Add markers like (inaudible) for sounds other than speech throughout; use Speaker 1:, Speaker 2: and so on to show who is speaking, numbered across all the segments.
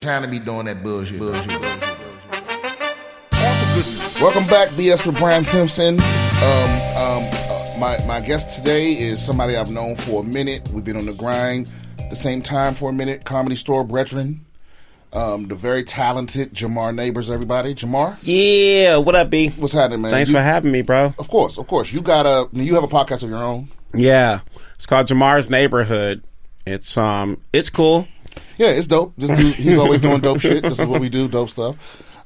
Speaker 1: Trying to be doing that bullshit. bullshit, bullshit, bullshit. That's a good news. Welcome back, BS with Brian Simpson. Um, um, uh, my, my guest today is somebody I've known for a minute. We've been on the grind the same time for a minute. Comedy store veteran. Um, the very talented Jamar Neighbors, everybody. Jamar,
Speaker 2: Yeah, what up, B?
Speaker 1: what's happening, man?
Speaker 2: Thanks
Speaker 1: You-
Speaker 2: for having me, bro.
Speaker 1: Of course, of course. You got a you have a podcast of your own.
Speaker 2: Yeah, it's called Jamar's Neighborhood. It's um, it's cool.
Speaker 1: Yeah, it's dope. This dude, he's always doing dope shit. This is what we do, dope stuff.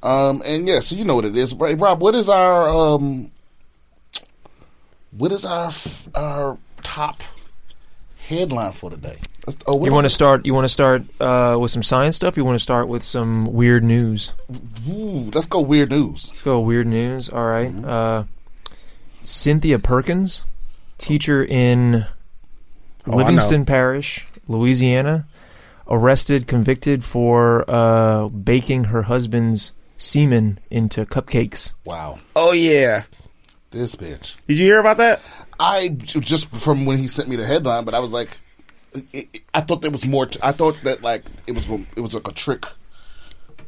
Speaker 1: Um, and yeah, so you know what it is, Hey, Rob. What is our um, what is our our top headline for today? Let's- Oh, what
Speaker 3: You
Speaker 1: about-
Speaker 3: want to start? You want to start uh, with some science stuff? You want to start with some weird news?
Speaker 1: Ooh, let's go weird news.
Speaker 3: Let's go weird news. All right.
Speaker 1: Mm-hmm.
Speaker 3: Uh, Cynthia Perkins, teacher in
Speaker 2: Oh, I
Speaker 3: Livingston Parish, Louisiana, arrested, convicted for uh, baking her husband's semen into cupcakes.
Speaker 1: Wow,
Speaker 2: Oh yeah,
Speaker 1: this bitch.
Speaker 2: did you hear about that?
Speaker 1: I j- just from when he sent me the headline, but I was like, i- i I thought there was more. T- I thought that like it was gon- it was like a trick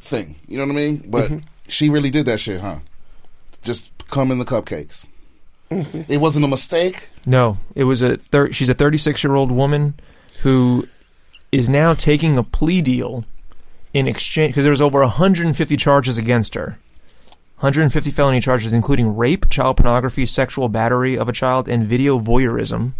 Speaker 1: thing. You know what I mean? But she really did that shit, huh? Just come in the cupcakes. It wasn't a mistake.
Speaker 3: No, it was a thir- she's a 36 year old woman who is now taking a plea deal in exchange because there was over 150 charges against her. 150 felony charges including rape, child pornography, sexual battery of a child and video voyeurism.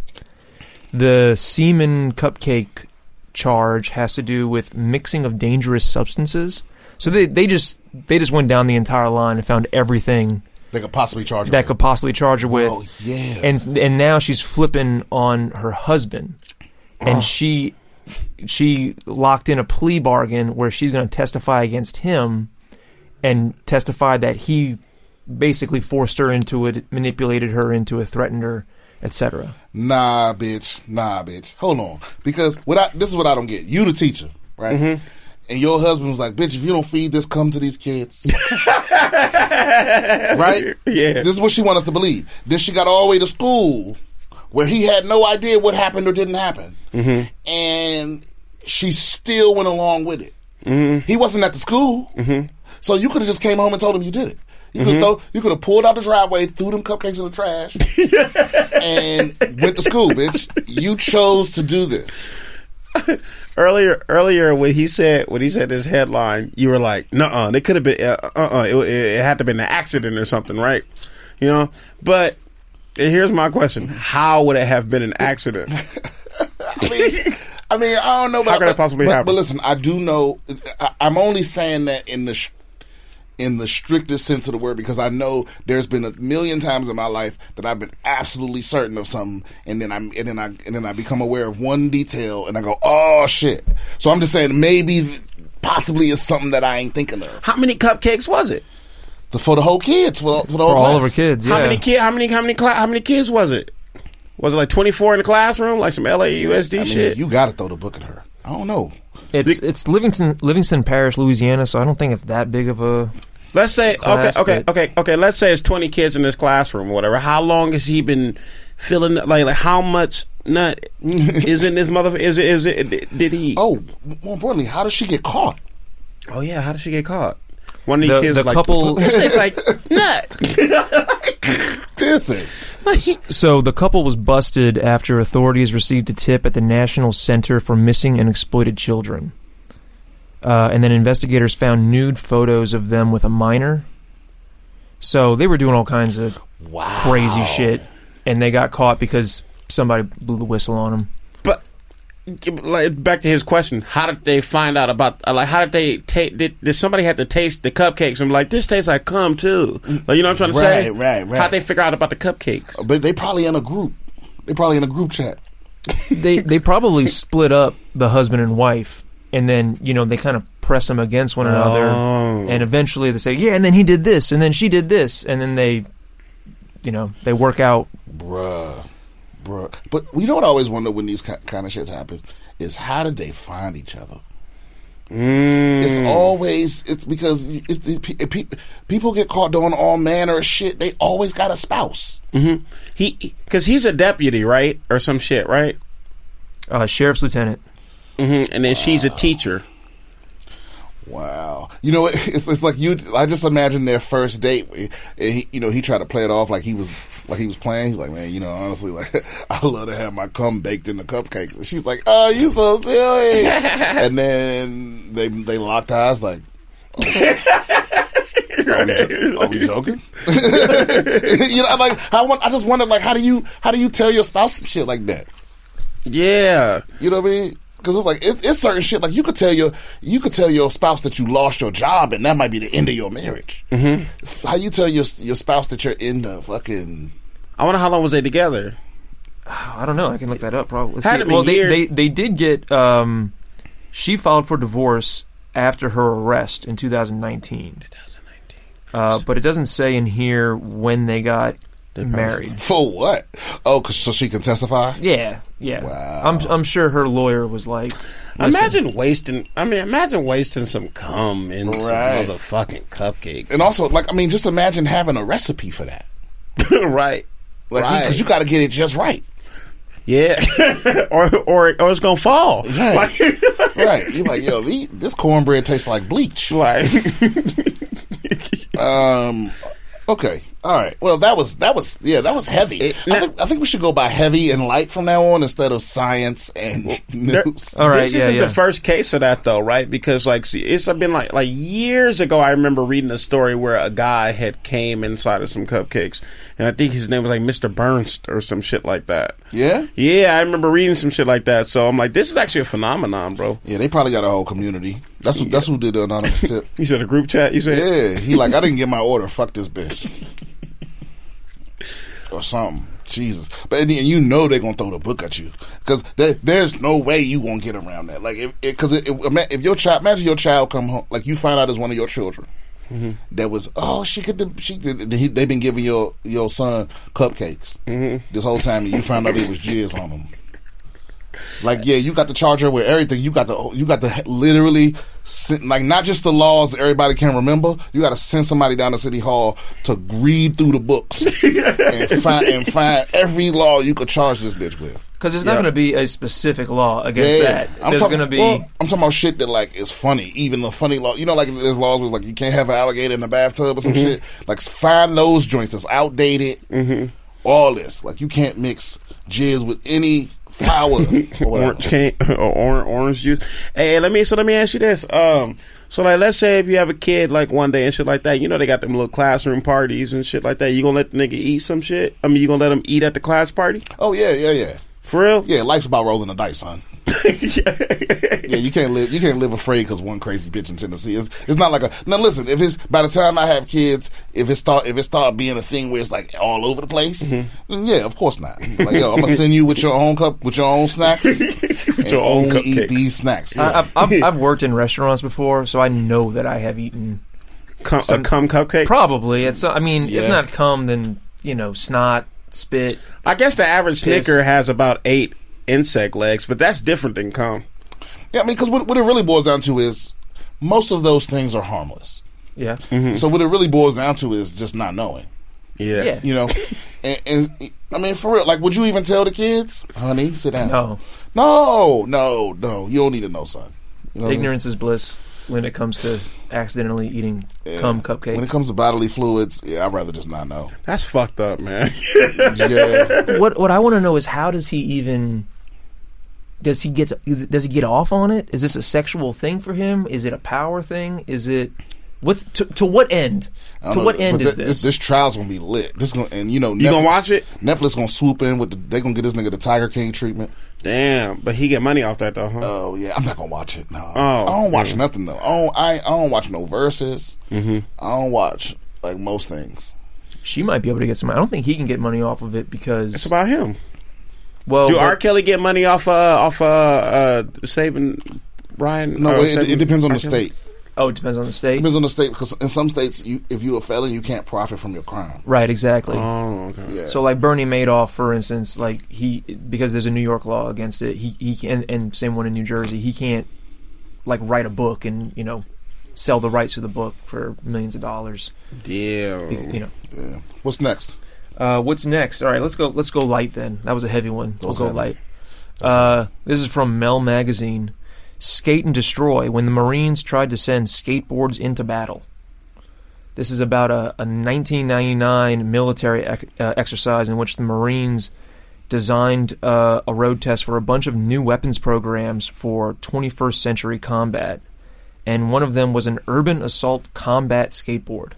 Speaker 3: The semen cupcake charge has to do with mixing of dangerous substances. So they, they just they just went down the entire line and found everything
Speaker 1: They could possibly charge her
Speaker 3: that
Speaker 1: with.
Speaker 3: could possibly charge her with
Speaker 1: Oh yeah.
Speaker 3: and and now she's flipping on her husband, and she she locked in a plea bargain where she's going to testify against him, and testify that he basically forced her into it, manipulated her into it, threatened her, etc.
Speaker 1: Nah, bitch. Nah, bitch. Hold on, because what I this is what I don't get. You the teacher, right? And your husband was like, "Bitch, if you don't feed this, come to these kids." right?
Speaker 2: Yeah.
Speaker 1: This is what she want us to believe. Then she got all the way to school, where he had no idea what happened or didn't happen, and she still went along with it. He wasn't at the school, so you could have just came home and told him you did it. You could have you could have pulled out the driveway, threw them cupcakes in the trash and went to school, bitch. You chose to do this.
Speaker 2: Earlier, earlier when he said when he said this headline, you were like, "Nuh-uh, it could have been, uh, uh-uh, it, it, it had to have been an accident or something, right?" You know, but eh, here's my question: How would it have been an (laughs) accident?
Speaker 1: I mean, I mean, I don't know. But,
Speaker 2: How could that
Speaker 1: but-
Speaker 2: possibly
Speaker 1: but-
Speaker 2: happen?
Speaker 1: But listen, I do know. I, I'm only saying that in the sh- in the strictest sense of the word because I know there's been a million times in my life that I've been absolutely certain of something, and then I'm and then I and then I become aware of one detail, and I go, oh shit. So I'm just saying maybe. Possibly it's something that I ain't thinking of
Speaker 2: How many cupcakes was it?
Speaker 1: for the whole kids for, the- for the whole
Speaker 3: For all of her
Speaker 1: class.
Speaker 3: kids,
Speaker 2: How
Speaker 3: yeah.
Speaker 2: many kid? How many? How many? Cl- how many kids was it? Was it like 24 in the classroom, like some LAUSD
Speaker 1: I mean,
Speaker 2: shit?
Speaker 1: you got to throw the book at her. I don't know.
Speaker 3: it's it's Livingston Livingston Parish, Louisiana, so I don't think it's that big of a.
Speaker 2: Let's say okay,
Speaker 3: class
Speaker 2: okay,
Speaker 3: that-
Speaker 2: okay, okay. Let's say it's twenty kids in this classroom, or whatever. How long has he been feeling like? Like how much
Speaker 3: (laughs)
Speaker 2: nut is in this motherfucker? Is it? Is it? Did, did he?
Speaker 1: Oh, more importantly, how does she get caught?
Speaker 2: oh yeah. How did she get caught? One of these
Speaker 3: The-
Speaker 2: kids
Speaker 3: the
Speaker 2: like, (laughs)
Speaker 3: couple-
Speaker 2: This is
Speaker 3: (laughs)
Speaker 2: like nut.
Speaker 1: This is
Speaker 3: So the couple was busted after authorities received a tip at the National Center for Missing and Exploited Children. Uh, and then investigators found nude photos of them with a minor. So they were doing all kinds of
Speaker 1: wow,
Speaker 3: crazy shit, and they got caught because somebody blew the whistle on them.
Speaker 2: But like back to his question, how did they find out about? uh, Like how did they take? Did, did somebody have to taste the cupcakes and be like this tastes like cum too? Like you know what I'm trying to say?
Speaker 1: Right, right, right.
Speaker 2: How they figure out about the cupcakes?
Speaker 1: But they probably in a group. They probably in a group chat.
Speaker 3: They they probably split up the husband and wife, and then you know they kind of press them against one another.
Speaker 2: Oh.
Speaker 3: and eventually they say, "Yeah," and then he did this, and then she did this, and then they, you know, they work out.
Speaker 1: Bruh, bruh. But you know what I always wonder when these ki- kind of shits happen is how did they find each other?
Speaker 2: Mm.
Speaker 1: It's always it's because it's, the pe- pe- people get caught doing all manner of shit. They always got a spouse.
Speaker 2: hmm He, because he's a deputy, right, or some shit, right? Mm-hmm.
Speaker 3: Uh, sheriff's lieutenant.
Speaker 2: hmm And then she's a teacher.
Speaker 1: Wow. You know, (laughs) it's it's like you. I just imagine their first date. eh, And He, you know, he tried to play it off like he was like he was playing. He's like, man, you know, honestly, like (laughs) I love to have my cum baked in the cupcakes. And she's like, oh, you so silly. and then they they locked eyes like. oh, Are we, jo- are we joking? (laughs) you know, I'm like I want. I just wondered, like, how do you how do you tell your spouse some shit like that?
Speaker 2: (laughs) Yeah.
Speaker 1: You know what I mean? Because it's like it, it's certain shit. Like you could tell your you could tell your spouse that you lost your job, and that might be the end of your marriage. Mm-hmm. How you tell your your spouse that you're in the fucking
Speaker 2: I wonder how long was they together?
Speaker 3: I don't know. I can look that up. Probably. Let's
Speaker 2: Had
Speaker 3: see.
Speaker 2: to be
Speaker 3: Well, they,
Speaker 2: year-
Speaker 3: they they did get. Um, she filed for divorce after her arrest in 2019.
Speaker 2: 2019.
Speaker 3: Uh, but it doesn't say in here when they got
Speaker 2: probably-
Speaker 3: married.
Speaker 1: for what? Oh, 'cause- so she can testify.
Speaker 3: Yeah, yeah.
Speaker 1: Wow.
Speaker 3: I'm I'm sure her lawyer was like, "Listen,
Speaker 2: Imagine wasting. I mean, imagine wasting some cum in
Speaker 1: Right.
Speaker 2: some motherfucking cupcakes.
Speaker 1: And also, like I mean, just imagine having a recipe for that.
Speaker 2: (laughs) right.
Speaker 1: Like,
Speaker 2: right.
Speaker 1: because you got to get it just right.
Speaker 2: yeah. (laughs) or or or it's gonna fall.
Speaker 1: Right. (laughs)
Speaker 2: Like,
Speaker 1: right. You're like, yo, the- this cornbread tastes like bleach.
Speaker 2: like
Speaker 1: Um. Okay. All right. Well, that was that was yeah that was heavy. I, think, I think we should go by heavy and light from now on instead of science and (laughs)
Speaker 2: there- uh,
Speaker 1: news.
Speaker 3: All right,
Speaker 2: This
Speaker 3: yeah,
Speaker 2: isn't
Speaker 3: yeah.
Speaker 2: the first case of that though, right? Because like see, it's been like like years ago. I remember reading a story where a guy had came inside of some cupcakes, and I think his name was like Mister Bernst or some shit like that.
Speaker 1: Yeah.
Speaker 2: Yeah, I remember reading some shit like that. So I'm like, this is actually a phenomenon, bro.
Speaker 1: Yeah, they probably got a whole community. That's who, that's who did the anonymous tip.
Speaker 2: You said a group chat. You said
Speaker 1: Yeah, he like I didn't get my order. Fuck this bitch, or something. Jesus, but in the end, you know they're gonna throw the book at you because there's no way you gonna get around that. Like, if because if, if, if your child, imagine your child come home, like you find out it's one of your children that was oh she could do- she did he, they've been giving your your son cupcakes this whole time and you found out it was jizz on them. Like yeah, you got the charger with everything. You got the you got the literally sen- like not just the laws that everybody can remember. You got to send somebody down to city hall to read through the
Speaker 3: (laughs)
Speaker 1: books and find and find every law you could charge this bitch with.
Speaker 3: Because there's not
Speaker 2: Yeah.
Speaker 3: going to be a specific law against that. there's
Speaker 1: talking-
Speaker 3: going to be.
Speaker 1: well, I'm talking about shit that like is funny. Even the funny law, you know, like there's laws was like you can't have an alligator in the bathtub or
Speaker 3: Mm-hmm.
Speaker 1: some shit. Like find those joints that's outdated.
Speaker 3: Mm-hmm.
Speaker 1: All this, like you can't mix jizz with any
Speaker 3: (laughs)
Speaker 1: flour. or whatever.
Speaker 2: orange can (laughs) or orange, orange juice. Hey, let me so let me ask you this. Um, so like, let's say if you have a kid like one day and shit like that, you know they got them little classroom parties and shit like that. You gonna let the nigga eat some shit? I mean, you gonna let him eat at the class party
Speaker 1: Oh yeah, yeah, yeah.
Speaker 2: for real?
Speaker 1: Yeah, life's about rolling the dice, son. yeah, you can't live. You can't live afraid because one crazy bitch in Tennessee. It's, it's not like a. Now listen, if it's by the time I have kids, if it start if it start being a thing where it's like all over the place, then yeah, of course not. Like yo, I'm gonna send you with your own cup with your own snacks, with
Speaker 2: your own cupcakes.
Speaker 1: eat these snacks.
Speaker 3: I,
Speaker 1: Yeah. (laughs)
Speaker 3: I've, I've, I've worked in restaurants before, so I know that I have eaten
Speaker 2: (laughs) Cum, a cum cupcake.
Speaker 3: probably. It's I mean,
Speaker 1: Yeah.
Speaker 3: if not cum, then you know, snot, spit.
Speaker 2: I guess the average
Speaker 3: Piss.
Speaker 2: Snicker has about eight insect legs, but that's different than cum.
Speaker 1: yeah, I mean, because what, what it really boils down to is most of those things are harmless.
Speaker 3: Yeah,
Speaker 1: So what it really boils down to is just not knowing.
Speaker 2: Yeah.
Speaker 3: Yeah.
Speaker 1: You know, and, and I mean, for real, like, would you even tell the kids, honey, sit down?
Speaker 3: No.
Speaker 1: no, no, no. You don't need to know, son. You know what I mean?
Speaker 3: ignorance is bliss when it comes to accidentally eating cum cupcakes.
Speaker 1: When it comes to bodily fluids, yeah, I'd rather just not
Speaker 2: (laughs)
Speaker 1: know.
Speaker 2: That's fucked up, man. (laughs)
Speaker 1: Yeah,
Speaker 3: what what I want to know is how does he even does he get is it- does he get off on it? Is this a sexual thing for him? Is it a power thing? Is it what's to, to what end?
Speaker 1: I don't
Speaker 3: To
Speaker 1: know,
Speaker 3: what
Speaker 1: but
Speaker 3: end
Speaker 1: th-
Speaker 3: is
Speaker 1: this?
Speaker 3: this?
Speaker 1: This trial's gonna be lit. This gonna and you know
Speaker 2: You gonna watch it?
Speaker 1: Netflix gonna swoop in with the, they gonna get this nigga the Tiger King treatment.
Speaker 2: Damn, but he get money off that though, huh?
Speaker 1: Oh yeah, I'm not gonna watch it. No,
Speaker 2: Oh,
Speaker 1: I don't watch
Speaker 2: yeah. Mm-hmm.
Speaker 1: nothing though. I don't, I, I don't watch no verses. I don't watch like most things.
Speaker 3: She might be able to get some. I don't think he can get money off of it
Speaker 2: it's
Speaker 3: because
Speaker 2: about him.
Speaker 3: well,
Speaker 2: Do
Speaker 3: Oh, but-
Speaker 2: R. Kelly get money off uh off uh, uh saving Ryan?
Speaker 1: No,
Speaker 2: uh,
Speaker 1: it, it,
Speaker 2: saving
Speaker 1: depends on
Speaker 2: R.
Speaker 1: the
Speaker 2: Kelly?
Speaker 1: state.
Speaker 3: oh, it depends on the state.
Speaker 1: depends on the state because in some states, you if you a felon, you can't profit from your crime.
Speaker 3: Right, exactly.
Speaker 2: Oh, okay.
Speaker 1: Yeah.
Speaker 3: So like Bernie Madoff, for instance, like he because there's a New York law against it. He he can and same one in New Jersey. He can't like write a book and you know sell the rights to the book for millions of dollars.
Speaker 2: Damn.
Speaker 3: You know.
Speaker 1: yeah. What's next?
Speaker 3: Uh, what's next? All right, let's go. Let's go light then. That was a heavy one. We'll
Speaker 1: was
Speaker 3: go
Speaker 1: heavy.
Speaker 3: light. Uh, this is from Mel Magazine. Skate and Destroy when the Marines tried to send skateboards into battle. This is about a, a 1999 military ec- uh, exercise in which the Marines designed uh, a road test for a bunch of new weapons programs for 21st century combat. And one of them was an urban assault combat skateboard.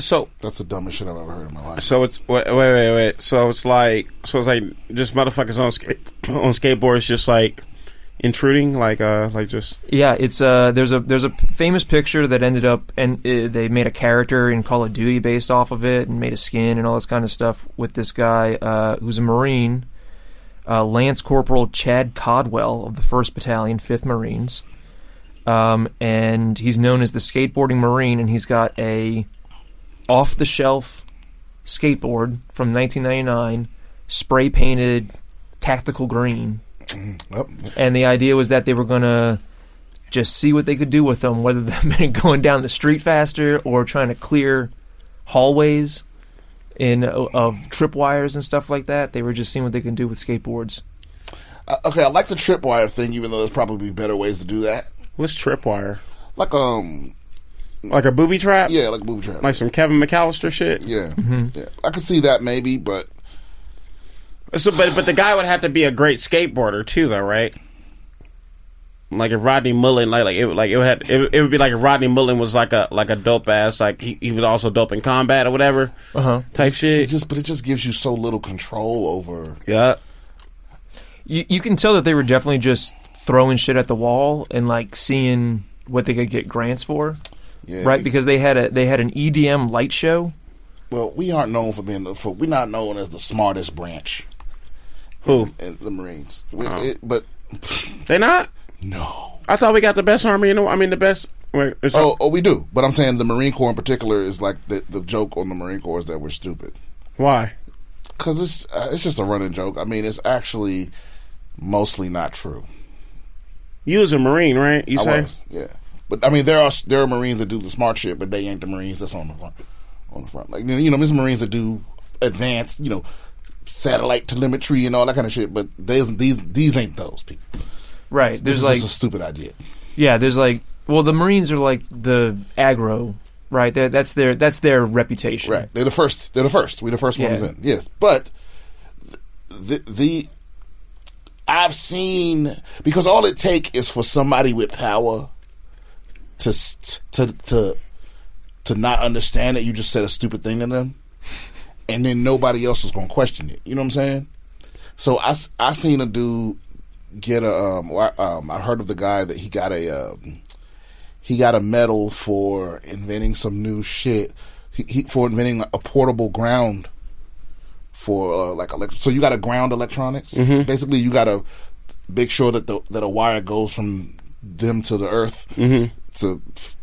Speaker 2: So
Speaker 1: That's the dumbest shit I've ever heard in my life.
Speaker 2: So it's wait, wait, wait, wait. So it's like, so it's like, just motherfuckers on skate on skateboards, just like intruding, like, uh, like just
Speaker 3: Yeah, it's uh, there's a there's a p- famous picture that ended up and uh, they made a character in Call of Duty based off of it and made a skin and all this kind of stuff with this guy uh, who's a Marine, uh, Lance Corporal Chad Codwell of the First Battalion, Fifth Marines, um, and he's known as the skateboarding Marine, and he's got a off the shelf skateboard from 1999, spray painted tactical green Mm-hmm.
Speaker 1: Yep.
Speaker 3: and the idea was that they were gonna just see what they could do with them, whether that (laughs) meant going down the street faster or trying to clear hallways in of tripwires and stuff like that. They were just seeing what they can do with skateboards.
Speaker 1: Uh, okay, I like the tripwire thing, even though there's probably better ways to do that.
Speaker 2: what's tripwire,
Speaker 1: Like um,
Speaker 2: like a booby trap,
Speaker 1: yeah, like booby trap.
Speaker 2: like some Kevin McAllister shit.
Speaker 1: yeah,
Speaker 3: Mm-hmm.
Speaker 1: yeah. I could see that maybe, but
Speaker 2: So, but but the guy would have to be a great skateboarder too, though, right? Like if Rodney Mullen, like like it would- like it would have, it, would- it would be like if Rodney Mullen was like a like a dope ass, like he, he was also dope in combat or whatever
Speaker 3: Uh-huh.
Speaker 2: type
Speaker 1: it
Speaker 2: shit.
Speaker 1: just but it just gives you so little control over.
Speaker 2: Yeah,
Speaker 3: You you can tell that they were definitely just throwing shit at the wall and like seeing what they could get grants for,
Speaker 1: Yeah,
Speaker 3: right? Because they had a they had an EDM light show.
Speaker 1: well, we aren't known for being the- for we're not known as the smartest branch
Speaker 2: who
Speaker 1: in the Marines. We,
Speaker 3: Uh-huh.
Speaker 1: it, but (laughs)
Speaker 2: they not?
Speaker 1: no,
Speaker 2: I thought we got the best army in the. I mean, the best. Wait, it's-
Speaker 1: oh, oh, we do. But I'm saying the Marine Corps in particular is like the the joke on the Marine Corps is that we're stupid.
Speaker 2: why?
Speaker 1: Because it's uh, it's just a running joke. I mean, it's actually mostly not true.
Speaker 2: You was a Marine, right? You
Speaker 1: I
Speaker 2: say
Speaker 1: was, yeah. But I mean, there are there are Marines that do the smart shit, but they ain't the Marines that's on the front. On the front, like you know, there's Marines that do advanced, you know, satellite telemetry and all that kind of shit. But there's these these ain't those people.
Speaker 3: Right.
Speaker 1: This
Speaker 3: There's
Speaker 1: is
Speaker 3: like
Speaker 1: just a stupid idea.
Speaker 3: Yeah, there's like well, the Marines are like the aggro, right? That that's their that's their reputation.
Speaker 1: Right? They're the first. They're the first. We're the first ones
Speaker 3: Yeah.
Speaker 1: in. Yes, but the, the I've seen because all it take is for somebody with power to s- to to to not understand that you just said a stupid thing to them, and then nobody else is gonna question it. You know what I'm saying? So I, s- I seen a dude get a um, or I, um I heard of the guy that he got a um, he got a medal for inventing some new shit. He, he for inventing a portable ground for uh, like elect- so you got to ground electronics.
Speaker 2: Mm-hmm.
Speaker 1: Basically, you got to make sure that the that a wire goes from them to the earth
Speaker 2: Mm-hmm.
Speaker 1: to f-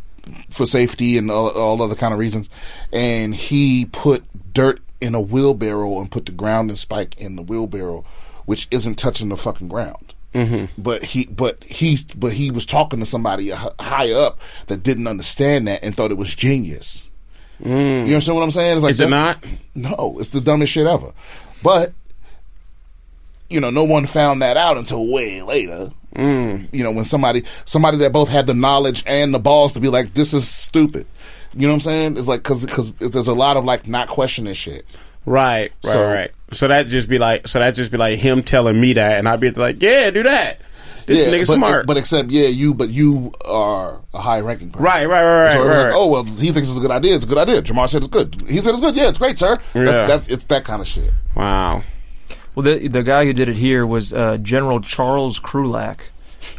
Speaker 1: for safety and all, all other kind of reasons. And he put dirt in a wheelbarrow and put the grounding spike in the wheelbarrow, which isn't touching the fucking ground. Mm-hmm. But he, but he's, but he was talking to somebody h- high up that didn't understand that and thought it was genius. You understand what I'm saying? It's like
Speaker 2: Mm. is it
Speaker 1: that-
Speaker 2: not?
Speaker 1: no, it's the dumbest shit ever. But you know, no one found that out until way later. Mm. You know, when somebody somebody that both had the knowledge and the balls to be like, "This is stupid." You know what I'm saying? It's like because there's a lot of like not questioning shit.
Speaker 2: Right, right,
Speaker 1: So-
Speaker 2: right. So that just be like, so that just be like him telling me that, and I'd be like, yeah, do that. This nigga
Speaker 1: but,
Speaker 2: smart.
Speaker 1: But except, yeah, you but you are a high ranking person.
Speaker 2: right, right, right, right.
Speaker 1: so it was
Speaker 2: right,
Speaker 1: like,
Speaker 2: right.
Speaker 1: oh well, he thinks it's a good idea. It's a good idea. Jamar said it's good. He said it's good. Yeah, it's great, sir. That-
Speaker 2: Yeah.
Speaker 1: that's it's that kind of shit.
Speaker 2: wow.
Speaker 3: Well, the the guy who did it here was uh, General Charles Krulak,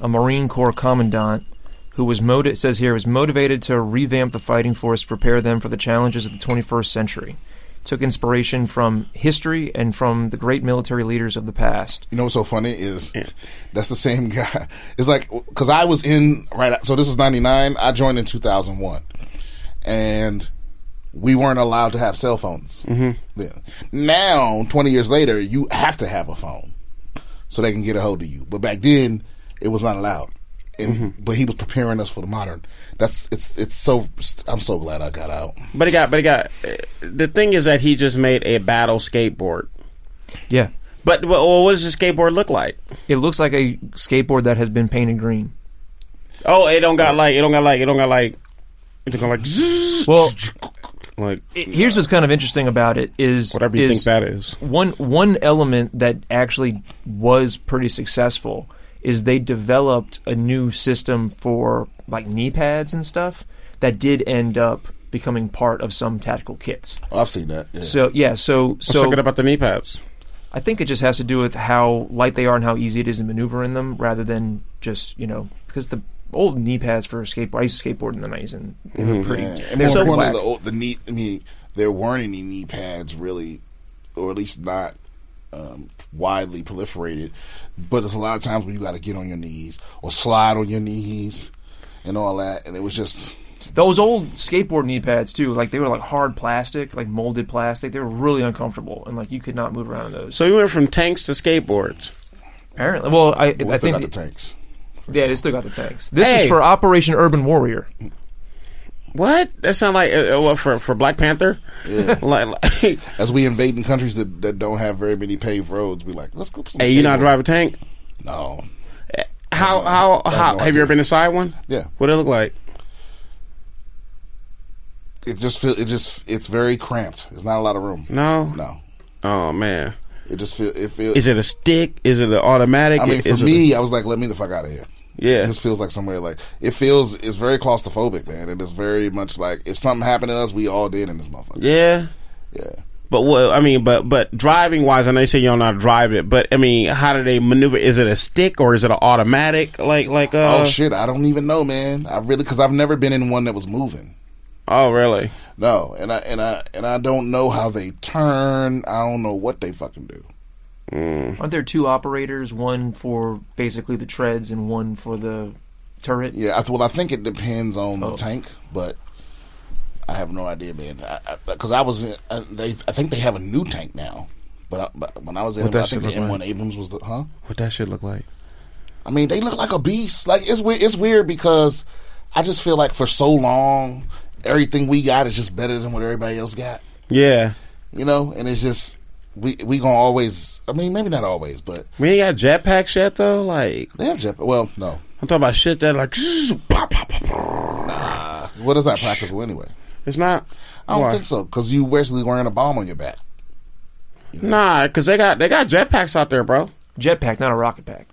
Speaker 3: a Marine Corps commandant who was moti- it says here was motivated to revamp the fighting force, prepare them for the challenges of the 21st century. Took inspiration from history and from the great military leaders of the past.
Speaker 1: You know what's so funny is that's the same (laughs) guy. It's like because I was in right. So this is ninety nine. I joined in two thousand one, and we weren't allowed to have cell phones. Mm-hmm. Then now, twenty years later, you have to have a phone so they can get a hold of you. But back then, it was not allowed. And, But he was preparing us for the modern. That's it's it's so. I'm so glad I got out.
Speaker 2: But he got, but he got. uh, The thing is that he just made a battle skateboard.
Speaker 3: Yeah,
Speaker 2: But well, what does the skateboard look like?
Speaker 3: it looks like a skateboard that has been painted green.
Speaker 2: Oh, it don't got like it don't got like it don't got like it don't got like zzz,
Speaker 3: Well,
Speaker 2: like
Speaker 3: it- here's what's kind of interesting about it is
Speaker 2: whatever you
Speaker 3: is
Speaker 2: think that is.
Speaker 3: one one element that actually was pretty successful is they developed a new system for like knee pads and stuff that did end up becoming part of some tactical kits.
Speaker 1: Oh, I've seen that. Yeah.
Speaker 3: So yeah, so
Speaker 2: What's so
Speaker 3: so
Speaker 2: good about the knee pads?
Speaker 3: I think it just has to do with how light they are and how easy it is to maneuver in them, rather than just you know because the old knee pads for skateboard. I used to skateboard in them. I used and they were pretty.
Speaker 1: Yeah.
Speaker 3: They were
Speaker 1: And
Speaker 3: pretty
Speaker 1: one
Speaker 3: whack.
Speaker 1: of the, old, the knee, I mean, there weren't any knee pads really, or at least not um, widely proliferated. But there's a lot of times where you got to get on your knees or slide on your knees and all that. And it was just
Speaker 3: Those old skateboard knee pads too, like they were like hard plastic, like molded plastic. They were really uncomfortable, and like you could not move around in those.
Speaker 2: So you went from tanks to skateboards.
Speaker 3: Apparently, well, I,
Speaker 1: well,
Speaker 3: I
Speaker 1: we still
Speaker 3: think
Speaker 1: got the tanks.
Speaker 3: yeah, they still got the tanks. This
Speaker 2: Hey!
Speaker 3: is for Operation Urban Warrior.
Speaker 2: What? That sound like uh, uh, well, for for Black (laughs) Panther?
Speaker 1: Yeah.
Speaker 3: (laughs)
Speaker 2: like, (laughs) like
Speaker 1: As we invading countries that, that don't have very many paved roads, we like let's go. Some
Speaker 2: hey, you not
Speaker 1: skateboard.
Speaker 2: drive a tank?
Speaker 1: No,
Speaker 2: How how
Speaker 1: I have
Speaker 2: how?
Speaker 1: no
Speaker 2: have you
Speaker 1: idea.
Speaker 2: ever been inside one?
Speaker 1: Yeah.
Speaker 2: What it look like?
Speaker 1: it just feel it just it's very cramped. There's not a lot of room.
Speaker 2: No.
Speaker 1: No,
Speaker 2: Oh man.
Speaker 1: it just feel it feels.
Speaker 2: Is it a stick? Is it an automatic?
Speaker 1: I mean, for
Speaker 2: Is it a-
Speaker 1: me, I was like, let me the fuck out of here.
Speaker 2: yeah.
Speaker 1: It just feels like somewhere like it feels. It's very claustrophobic, man. And it's very much like if something happened to us, we all did in this motherfucker.
Speaker 2: Yeah.
Speaker 1: Yeah.
Speaker 2: But well, I mean, but but driving wise, I know you say y'all not drive it, but I mean, how do they maneuver? Is it a stick or is it an automatic? Like like uh,
Speaker 1: oh shit, I don't even know, man. I really because I've never been in one that was moving.
Speaker 2: oh really?
Speaker 1: No, and I and I and I don't know how they turn. I don't know what they fucking do.
Speaker 2: Mm.
Speaker 3: Aren't there two operators? One for basically the treads and one for the turret.
Speaker 1: Yeah, I, th- well, I think it depends on
Speaker 3: Oh.
Speaker 1: the tank, but I have no idea, man. Because I, was, in, I, they, I think they have a new tank now, but, I, but when I was in,
Speaker 2: What'd that
Speaker 1: I think
Speaker 2: shit
Speaker 1: the
Speaker 2: look
Speaker 1: M1 Abrams was the, huh?
Speaker 2: What that shit look like?
Speaker 1: I mean, they look like a beast. Like it's weird. It's weird because I just feel like for so long, everything we got is just better than what everybody else got.
Speaker 2: Yeah,
Speaker 1: You know, and it's just we we gonna always. I mean, maybe not always, but
Speaker 2: we ain't got jetpacks yet though. Like
Speaker 1: they have jet. Well, no,
Speaker 2: I'm talking about shit that like zzz, pop, pop, pop, pop.
Speaker 1: well, that's not practical anyway.
Speaker 2: it's not.
Speaker 1: I don't
Speaker 2: Why?
Speaker 1: think so because you basically wearing a bomb on your back.
Speaker 2: Nah, cause they got they got jetpacks out there, bro.
Speaker 3: Jetpack, not a rocket pack.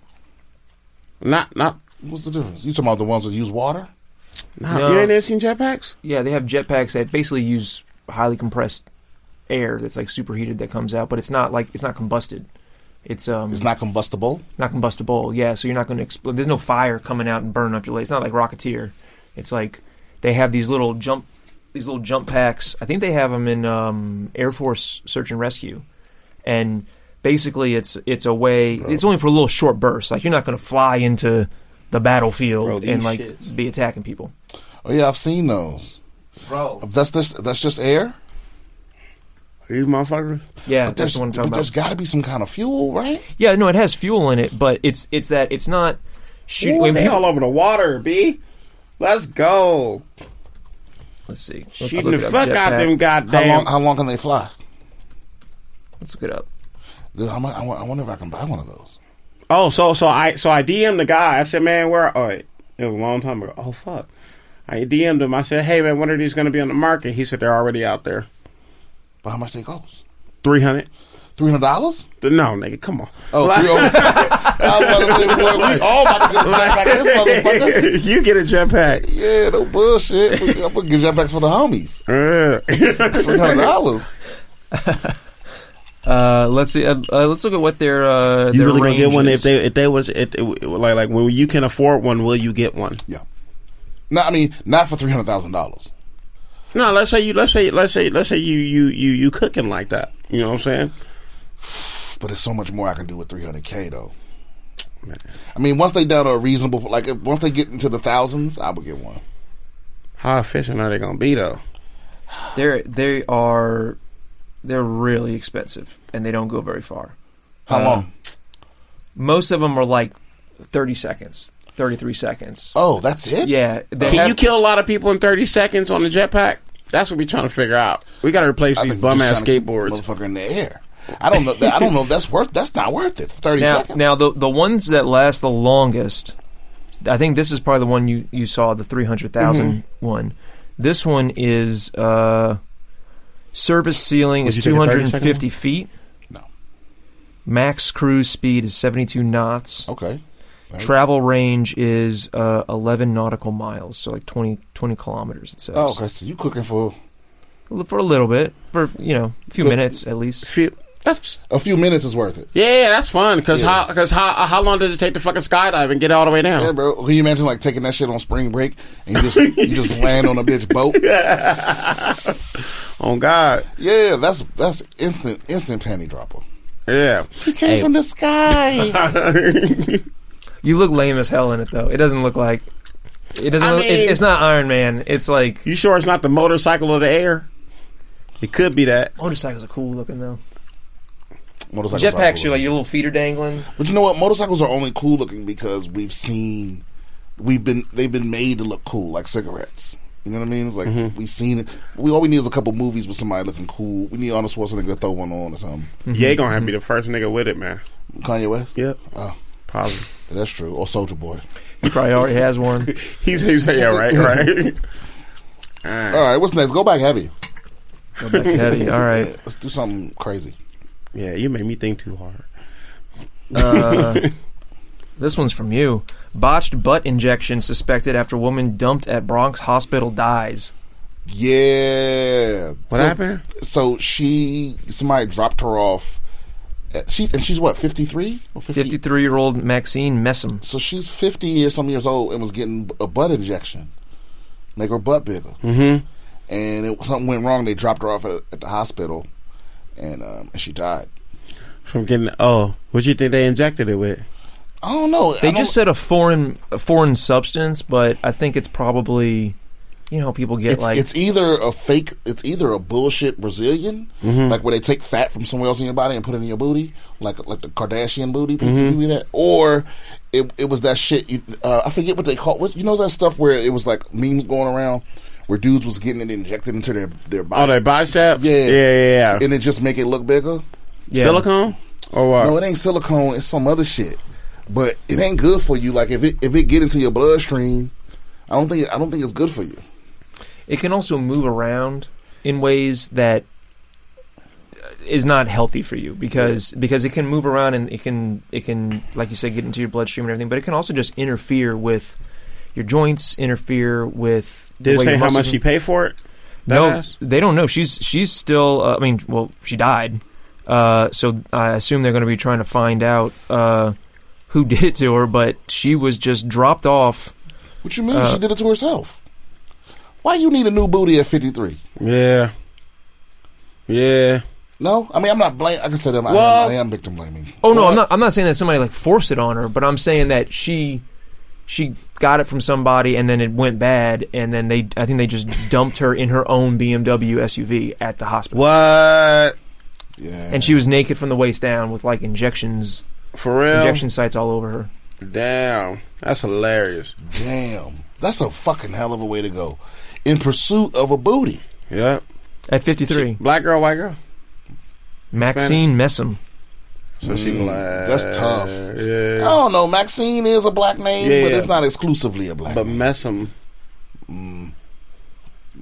Speaker 2: Not not.
Speaker 1: What's the difference? You talking about the ones that use water?
Speaker 2: Nah,
Speaker 3: No.
Speaker 2: You ain't never seen jetpacks?
Speaker 3: Yeah, they have jetpacks that basically use highly compressed air that's like superheated that comes out, but it's not like it's not combusted. It's um
Speaker 1: It's not combustible.
Speaker 3: not combustible. Yeah, so you're not going to explode. There's no fire coming out and burning up your leg. It's not like Rocketeer. It's like they have these little jump, these little jump packs. I think they have them in um, Air Force Search and Rescue, and basically it's it's a way. It's only for a little short burst. Like you're not going to fly into the battlefield
Speaker 4: these
Speaker 3: and like
Speaker 4: shits.
Speaker 3: be attacking people.
Speaker 1: Oh yeah, I've seen those.
Speaker 4: Bro,
Speaker 1: That's just that's just air.
Speaker 2: These motherfuckers.
Speaker 3: Yeah,
Speaker 1: But
Speaker 3: that's
Speaker 1: there's,
Speaker 3: the one I'm talking
Speaker 1: but
Speaker 3: about.
Speaker 1: there's got to be some kind of fuel, right?
Speaker 3: Yeah, no, it has fuel in it, but it's it's that it's not
Speaker 2: Ooh,
Speaker 3: shooting. when
Speaker 2: they
Speaker 3: people-
Speaker 2: all over the water, b. Let's go.
Speaker 3: let's see. Let's
Speaker 2: Shooting the
Speaker 3: look it up.
Speaker 2: fuck out
Speaker 1: How long
Speaker 2: them
Speaker 3: Jetpack.
Speaker 2: goddamn.
Speaker 1: how long can they fly?
Speaker 3: Let's look it up.
Speaker 1: Dude, I, might, I, wa- I wonder if I can buy one of those.
Speaker 2: Oh, so so I so I DM'd the guy. I said, man, where? Oh, it it was a long time ago. Oh fuck. I DM'd him. I said, hey man, when are these going to be on the market? He said they're already out there.
Speaker 1: But how much they cost?
Speaker 2: Three hundred.
Speaker 1: Three hundred dollars?
Speaker 2: No, nigga, come on.
Speaker 1: Oh, three oh. (laughs)
Speaker 3: (laughs)
Speaker 1: I was about to say, boy, we all about to get a jetpack. This motherfucker.
Speaker 2: (laughs) you get a jetpack.
Speaker 1: Yeah, no bullshit. I'm gonna give jetpacks for the homies. (laughs)
Speaker 2: Ugh.
Speaker 1: Three hundred dollars.
Speaker 3: Uh, let's see. Uh, uh, let's look at what their uh,
Speaker 2: you
Speaker 3: their
Speaker 2: really gonna
Speaker 3: range
Speaker 2: get one if
Speaker 3: is.
Speaker 2: they if they was if it, like like when you can afford one, will you get one?
Speaker 1: Yeah. No, I mean not for three hundred thousand dollars.
Speaker 2: No, let's say you let's say let's say let's say you you you you cooking like that. You know what I'm saying?
Speaker 1: But there's so much more I can do with three hundred k though.
Speaker 2: Man.
Speaker 1: I mean, once they down to a reasonable, like if- once they get into the thousands, I would get one.
Speaker 2: How efficient are they gonna be though?
Speaker 3: They're they are they're really expensive and they don't go very far.
Speaker 1: How
Speaker 3: Uh,
Speaker 1: long?
Speaker 3: Most of them are like thirty seconds, thirty three seconds.
Speaker 1: Oh, that's it.
Speaker 3: Yeah, they
Speaker 2: Can
Speaker 3: have-
Speaker 2: you kill a lot of people in 30 seconds on a jetpack? That's what we're trying to figure out. We got to replace
Speaker 1: I
Speaker 2: these
Speaker 1: think you're
Speaker 2: bum
Speaker 1: just
Speaker 2: ass
Speaker 1: trying to keep the
Speaker 2: skateboards.
Speaker 1: motherfucker in the air. I don't know. I don't know. If that's worth. That's not worth it. Thirty
Speaker 3: now,
Speaker 1: seconds.
Speaker 3: now the the ones that last the longest I think this is probably the one you, you saw, the 300,000
Speaker 2: Mm-hmm.
Speaker 3: one. This one is uh, service ceiling
Speaker 2: Would
Speaker 3: is
Speaker 2: you take a 30 second
Speaker 3: 250 feet.
Speaker 1: No.
Speaker 3: Max cruise speed is 72 knots.
Speaker 1: Okay. Right.
Speaker 3: Travel range is uh, 11 nautical miles, so like 20, 20 kilometers, it says.
Speaker 1: Oh, okay. So you cooking for
Speaker 3: L- For a little bit, for, you know, a few
Speaker 2: Good.
Speaker 3: minutes at least.
Speaker 2: Few, that's,
Speaker 1: a few minutes is worth it.
Speaker 2: yeah, that's fun. Because
Speaker 1: Yeah.
Speaker 2: how, cause how, how long does it take to fucking skydive and get all the way
Speaker 1: Yeah,
Speaker 2: down?
Speaker 1: bro. Can you imagine like taking that shit on spring break and you just you
Speaker 3: (laughs)
Speaker 1: just land on a bitch boat?
Speaker 2: Oh, God.
Speaker 1: Yeah, that's that's instant instant panty dropper.
Speaker 2: Yeah.
Speaker 1: He came from the sky.
Speaker 3: You look lame as hell in it, though. It doesn't look like. It doesn't.
Speaker 2: I
Speaker 3: look, it's-
Speaker 2: mean-
Speaker 3: it's not Iron Man. It's
Speaker 2: (laughs)
Speaker 3: like
Speaker 2: you sure it's not the motorcycle of the air? It could be that.
Speaker 3: motorcycles are cool looking though.
Speaker 1: Motorcycles are
Speaker 3: Jetpacks,
Speaker 1: cool.
Speaker 3: you like your little feet are dangling.
Speaker 1: But you know what? Motorcycles are only cool looking because we've seen, we've been, they've been made to look cool, like cigarettes. You know what I mean? It's like we've seen it. We all we need is a couple movies with somebody looking cool. We need Arnold Schwarzenegger to throw one on or something.
Speaker 2: Yeah, gonna have to be the first nigga with it, man.
Speaker 1: Kanye West.
Speaker 2: Yep.
Speaker 1: Oh,
Speaker 2: Probably. (laughs)
Speaker 1: that's true. Or Soldier Boy.
Speaker 3: He probably already
Speaker 1: (laughs)
Speaker 3: has one.
Speaker 2: He's, he's yeah, right, right. All right.
Speaker 1: All right, what's next? Go back heavy.
Speaker 3: Go back heavy. All right.
Speaker 1: Let's do something crazy.
Speaker 2: Yeah, you made me think too hard.
Speaker 3: Uh, this one's from you. Botched butt injection suspected after woman dumped at Bronx hospital (laughs) dies.
Speaker 1: Yeah.
Speaker 2: What
Speaker 1: So-
Speaker 2: happened?
Speaker 1: So she, somebody dropped her off. Uh, She and she's what fifty three or 50?
Speaker 3: Fifty-three-year-old Maxine Messam.
Speaker 1: So she's 50 or some years old and was getting a butt injection, make her butt bigger.
Speaker 2: Mm-hmm.
Speaker 1: And it, something went wrong. They dropped her off at, at the hospital, and um, and she died.
Speaker 2: From getting oh, what you think they injected it with?
Speaker 1: I don't know. I
Speaker 3: They
Speaker 1: don't-
Speaker 3: just said a foreign, a foreign substance, but I think it's probably, you know, how people get
Speaker 1: it's,
Speaker 3: like
Speaker 1: it's either a fake, it's either a bullshit Brazilian,
Speaker 3: Mm-hmm.
Speaker 1: like where they take fat from somewhere else in your body and put it in your booty, like like the Kardashian booty,
Speaker 3: Mm-hmm.
Speaker 1: you know that, or it it was that shit. You, uh, I forget what they call. What, you know that stuff where it was like memes going around where dudes was getting it injected into their their body.
Speaker 2: Oh, their biceps.
Speaker 1: Yeah.
Speaker 2: yeah, yeah. yeah.
Speaker 1: and it just make it look bigger.
Speaker 3: yeah.
Speaker 2: Silicone or what?
Speaker 1: No, it ain't silicone. It's some other shit. But it ain't good for you. Like if it if it get into your bloodstream, I don't think I don't think it's good for you.
Speaker 3: It can also move around in ways that uh, is not healthy for you because because it can move around and it can it can like you said get into your bloodstream and everything, but it can also just interfere with your joints, interfere with the
Speaker 2: Did it
Speaker 3: way
Speaker 2: say
Speaker 3: your
Speaker 2: how much
Speaker 3: muscles-
Speaker 2: she paid for it?
Speaker 3: No,
Speaker 2: Dumbass?
Speaker 3: they don't know. She's she's still. Uh, I mean, well, she died, uh, so I assume they're going to be trying to find out uh, who did it to her. But she was just dropped off.
Speaker 1: What you mean?
Speaker 3: Uh,
Speaker 1: she did it to herself. Why you need a new booty at fifty three?
Speaker 2: Yeah, yeah.
Speaker 1: No, I mean I'm not blame. I can say that I'm, I am-
Speaker 2: Well-
Speaker 1: I am victim blaming.
Speaker 3: Oh no,
Speaker 2: Well-
Speaker 3: I'm not. I'm not saying that somebody like forced it on her, but I'm saying that she she got it from somebody and then it went bad, and then they I think they just dumped her in her own BMW SUV at the hospital,
Speaker 2: What
Speaker 1: Yeah,
Speaker 3: and she was naked from the waist down with like injections
Speaker 2: for real?
Speaker 3: injection sites all over her.
Speaker 2: Damn, that's hilarious.
Speaker 1: damn, that's a fucking hell of a way to go in pursuit of a booty.
Speaker 2: Yep.
Speaker 3: At 53,
Speaker 2: Black girl, white girl.
Speaker 3: Maxine Messam.
Speaker 2: So she
Speaker 1: Mm,
Speaker 2: black.
Speaker 1: that's tough. Oh. I
Speaker 2: Yeah.
Speaker 1: don't know. Maxine is a black name,
Speaker 2: Yeah,
Speaker 1: but
Speaker 2: yeah.
Speaker 1: it's not exclusively a black.
Speaker 2: But
Speaker 1: name.
Speaker 2: mess them.
Speaker 1: Mm.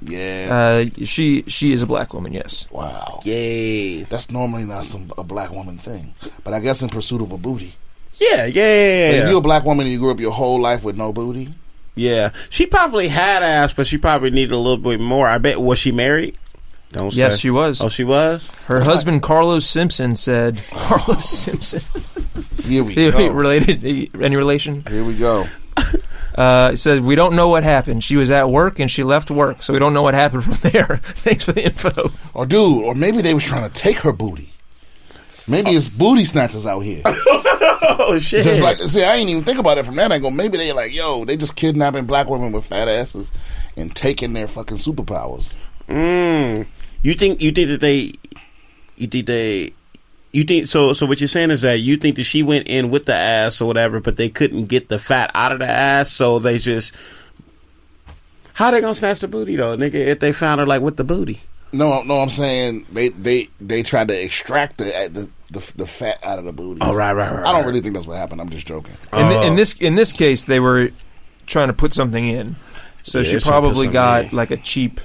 Speaker 1: yeah,
Speaker 3: Uh, she she is a black woman. Yes.
Speaker 1: wow.
Speaker 2: Yay.
Speaker 1: That's normally not some a black woman thing, but I guess in pursuit of a booty.
Speaker 2: Yeah, yeah, yeah.
Speaker 1: Like,
Speaker 2: yeah.
Speaker 1: if you're a black woman and you grew up your whole life with no booty,
Speaker 2: Yeah, she probably had ass, but she probably needed a little bit more. I bet was she married? Don't
Speaker 3: Yes,
Speaker 2: say.
Speaker 3: she was.
Speaker 2: Oh, she was.
Speaker 3: Her husband Carlos
Speaker 2: (laughs)
Speaker 3: Simpson said Carlos (laughs) Simpson.
Speaker 1: here we go.
Speaker 3: related any relation?
Speaker 1: Here we go.
Speaker 3: Uh, it says we don't know what happened. She was at work and she left work, so we don't know what happened from there. (laughs) Thanks for the info.
Speaker 1: Or dude, or maybe they was trying to take her booty. Maybe it's booty snatchers out
Speaker 2: (laughs)
Speaker 1: here.
Speaker 2: Oh shit!
Speaker 1: Just like, see, I ain't even think about it from that angle. Maybe they like, yo, they just kidnapping black women with fat asses and taking their fucking superpowers.
Speaker 2: mm. You think you think that they, you think they, you think so? So what you're saying is that you think that she went in with the ass or whatever, but they couldn't get the fat out of the ass, so they just. How they gonna snatch the booty though, nigga? If they found her like with the booty,
Speaker 1: No, no, I'm saying they they they tried to extract the the the, the fat out of the booty.
Speaker 2: Oh, right, right, right,
Speaker 1: I don't
Speaker 2: right.
Speaker 1: really think that's what happened. I'm just joking.
Speaker 3: In, thi-
Speaker 2: Oh.
Speaker 3: in this in this case, they were trying to put something in. So
Speaker 2: Yeah,
Speaker 3: she
Speaker 2: it's trying to put
Speaker 3: probably
Speaker 2: something
Speaker 3: got
Speaker 2: in.
Speaker 3: like a cheap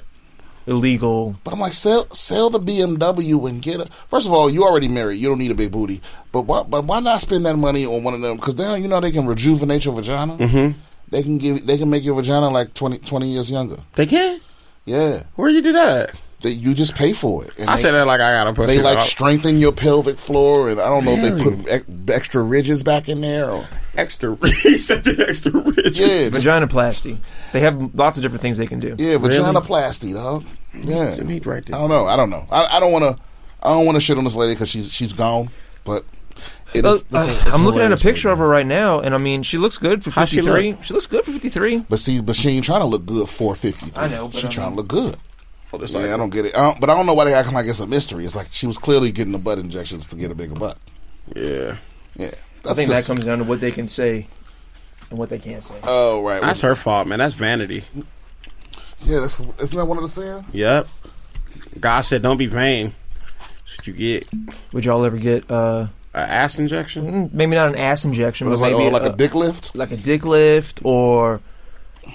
Speaker 3: illegal.
Speaker 1: But I'm like, sell sell the BMW and get a. First of all, you already married. You don't need a big booty. But why but why not spend that money on one of them? Because now you know they can rejuvenate your vagina. Mm-hmm. They can give they can make your vagina like 20, 20 years younger.
Speaker 2: They can.
Speaker 1: Yeah,
Speaker 2: Where you do that? At?
Speaker 1: that you just pay for it. And
Speaker 2: I
Speaker 1: they,
Speaker 2: said that like I got a pussy.
Speaker 1: they like
Speaker 2: dog.
Speaker 1: strengthen your pelvic floor, and I don't know if they put e- extra ridges back in there. Or,
Speaker 2: (laughs) extra. he said the extra rich.
Speaker 1: yeah, just-
Speaker 3: Vaginoplasty. They have lots of different things they can do.
Speaker 1: yeah, vaginoplasty, dog. Yeah,
Speaker 2: Some heat right there.
Speaker 1: I don't know. I don't know. I, I don't want to. I don't want to shit on this lady because she's she's gone. But it
Speaker 3: Uh,
Speaker 1: is. it's a-
Speaker 3: uh,
Speaker 1: it's
Speaker 3: I'm looking at a
Speaker 1: hilarious,
Speaker 3: picture
Speaker 1: baby.
Speaker 3: of her right now, and I mean, she looks good for
Speaker 2: How's she
Speaker 3: 53. She, looks good for 53.
Speaker 1: But see, but she ain't trying to look good for fifty three.
Speaker 3: I know, but
Speaker 1: she
Speaker 3: I
Speaker 1: trying to
Speaker 3: mean-
Speaker 1: look good.
Speaker 2: It's
Speaker 1: yeah,
Speaker 2: like-
Speaker 1: I don't get it. I don't, but I don't know why they acting like it's a mystery. It's like she was clearly getting the butt injections to get a bigger butt.
Speaker 2: yeah.
Speaker 1: Yeah,
Speaker 3: I think
Speaker 1: just-
Speaker 3: that comes down to what they can say and what they can't say.
Speaker 1: Oh right,
Speaker 2: That's her fault, man. That's vanity.
Speaker 1: yeah. That's, isn't that one of the sins?
Speaker 2: Yep. God said, "Don't be vain." That's what you get an
Speaker 3: Would y'all ever get uh
Speaker 2: ass injection?
Speaker 3: mm, maybe not an ass injection,
Speaker 1: It
Speaker 3: but
Speaker 1: was like,
Speaker 3: maybe uh,
Speaker 1: oh, like
Speaker 3: a,
Speaker 1: a dick lift.
Speaker 3: like a dick lift or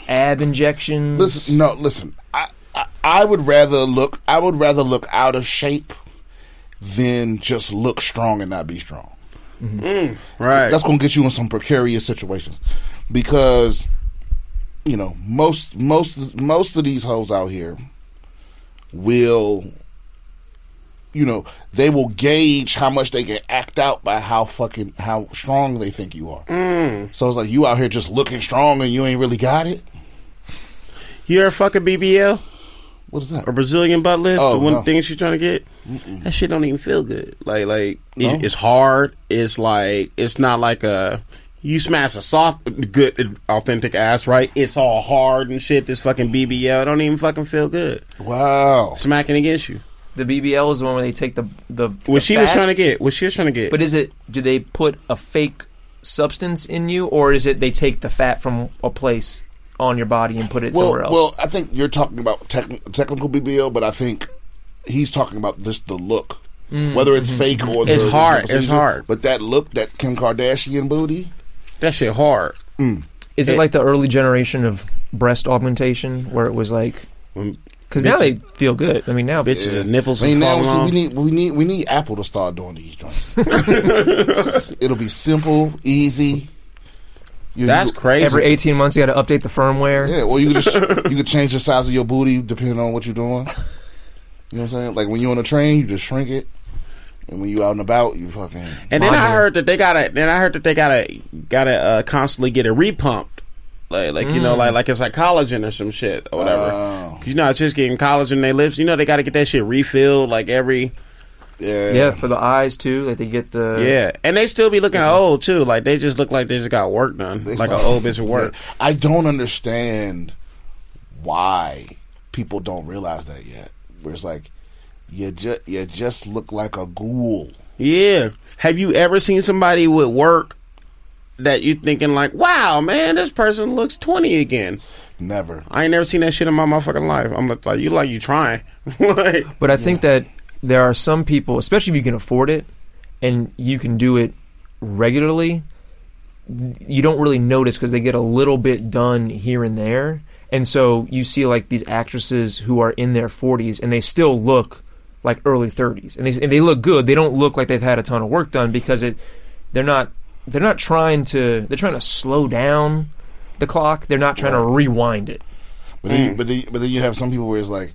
Speaker 3: ab injections?
Speaker 1: Listen, no, listen. I, I I would rather look. I would rather look out of shape than just look strong and not be strong.
Speaker 2: Mm, Right.
Speaker 1: Mm-hmm. That's gonna get you in some precarious situations because you know most most most of these hoes out here will you know they will gauge how much they can act out by how fucking how strong they think you are. So it's like you out here just looking strong and you ain't really got it.
Speaker 2: you ever fuck a BBL
Speaker 1: What is that?
Speaker 2: or Brazilian butt lift?
Speaker 1: Oh,
Speaker 2: the one
Speaker 1: no.
Speaker 2: thing she's trying to get. That shit don't even feel good. Like like
Speaker 1: No?
Speaker 2: it, it's hard. It's like it's not like a. You smash a soft, good, authentic ass, right? It's all hard and shit. This fucking BBL don't even fucking feel good.
Speaker 1: Wow.
Speaker 2: Smacking against you.
Speaker 3: The BBL is the one where they take the the.
Speaker 2: What
Speaker 3: the
Speaker 2: she was
Speaker 3: fat,
Speaker 2: trying to get. What she was trying to get.
Speaker 3: But is it? Do they put a fake substance in you, or is it they take the fat from a place on your body and put it
Speaker 1: well,
Speaker 3: somewhere else?
Speaker 1: well, I think you're talking about tech- technical BBL, but I think he's talking about this the look, whether it's fake or the,
Speaker 2: Mm, mm-hmm, It's hard, it's
Speaker 1: procedure,
Speaker 2: hard.
Speaker 1: But that look, that Kim Kardashian booty,
Speaker 2: that shit hard.
Speaker 3: is it,
Speaker 2: it-
Speaker 3: like the early generation of breast augmentation, where it was like?
Speaker 2: When
Speaker 3: Because now
Speaker 2: bitches-
Speaker 3: they feel good. I mean, now
Speaker 2: bitches and nipples
Speaker 1: I mean,
Speaker 2: and
Speaker 1: now
Speaker 2: falling
Speaker 1: see, we
Speaker 2: off.
Speaker 1: need we need we need Apple to start doing these
Speaker 2: (laughs)
Speaker 1: joints. (laughs) It'll be simple, easy. You-
Speaker 2: That's
Speaker 1: you-
Speaker 2: crazy.
Speaker 3: every eighteen months you got to update the firmware.
Speaker 1: Yeah, well, you could just you could change the size of your booty depending on what you're doing. You know what I'm saying? Like when you're on a train, you just shrink it, and when you out and about, you fucking
Speaker 2: and then I
Speaker 3: Modular.
Speaker 2: heard that they gotta. Then I heard that they gotta gotta uh, constantly get it repumped, like like you know, like like it's like collagen or some shit or whatever.
Speaker 1: Oh.
Speaker 2: 'Cause You know, it's just getting collagen in their lips. You know, they gotta get that shit refilled like every
Speaker 1: yeah.
Speaker 3: Yeah, for the eyes too. Like they get the
Speaker 2: yeah. And they still be looking old too. Like they just look like they just got work done,
Speaker 1: They
Speaker 2: like an
Speaker 1: start-
Speaker 2: old bitch at work.
Speaker 1: Yeah. I don't understand why people don't realize that yet. Where it's like you just you just look like a ghoul.
Speaker 2: Yeah. Have you ever seen somebody with work that you thinking like, wow, man, this person looks twenty again?
Speaker 1: Never.
Speaker 2: I ain't never seen that shit in my motherfucking life. I'm like, like you like you trying. (laughs) like,
Speaker 3: But I think that there are some people, especially if you can afford it and you can do it regularly, you don't really notice because they get a little bit done here and there. And so you see like these actresses who are in their 40s and they still look like early 30s. And they and they look good. They don't look like they've had a ton of work done because it they're not they're not trying to they're trying to slow down the clock. They're not trying to rewind it.
Speaker 1: But
Speaker 2: Mm.
Speaker 1: then, you- but then, but then you have some people where it's like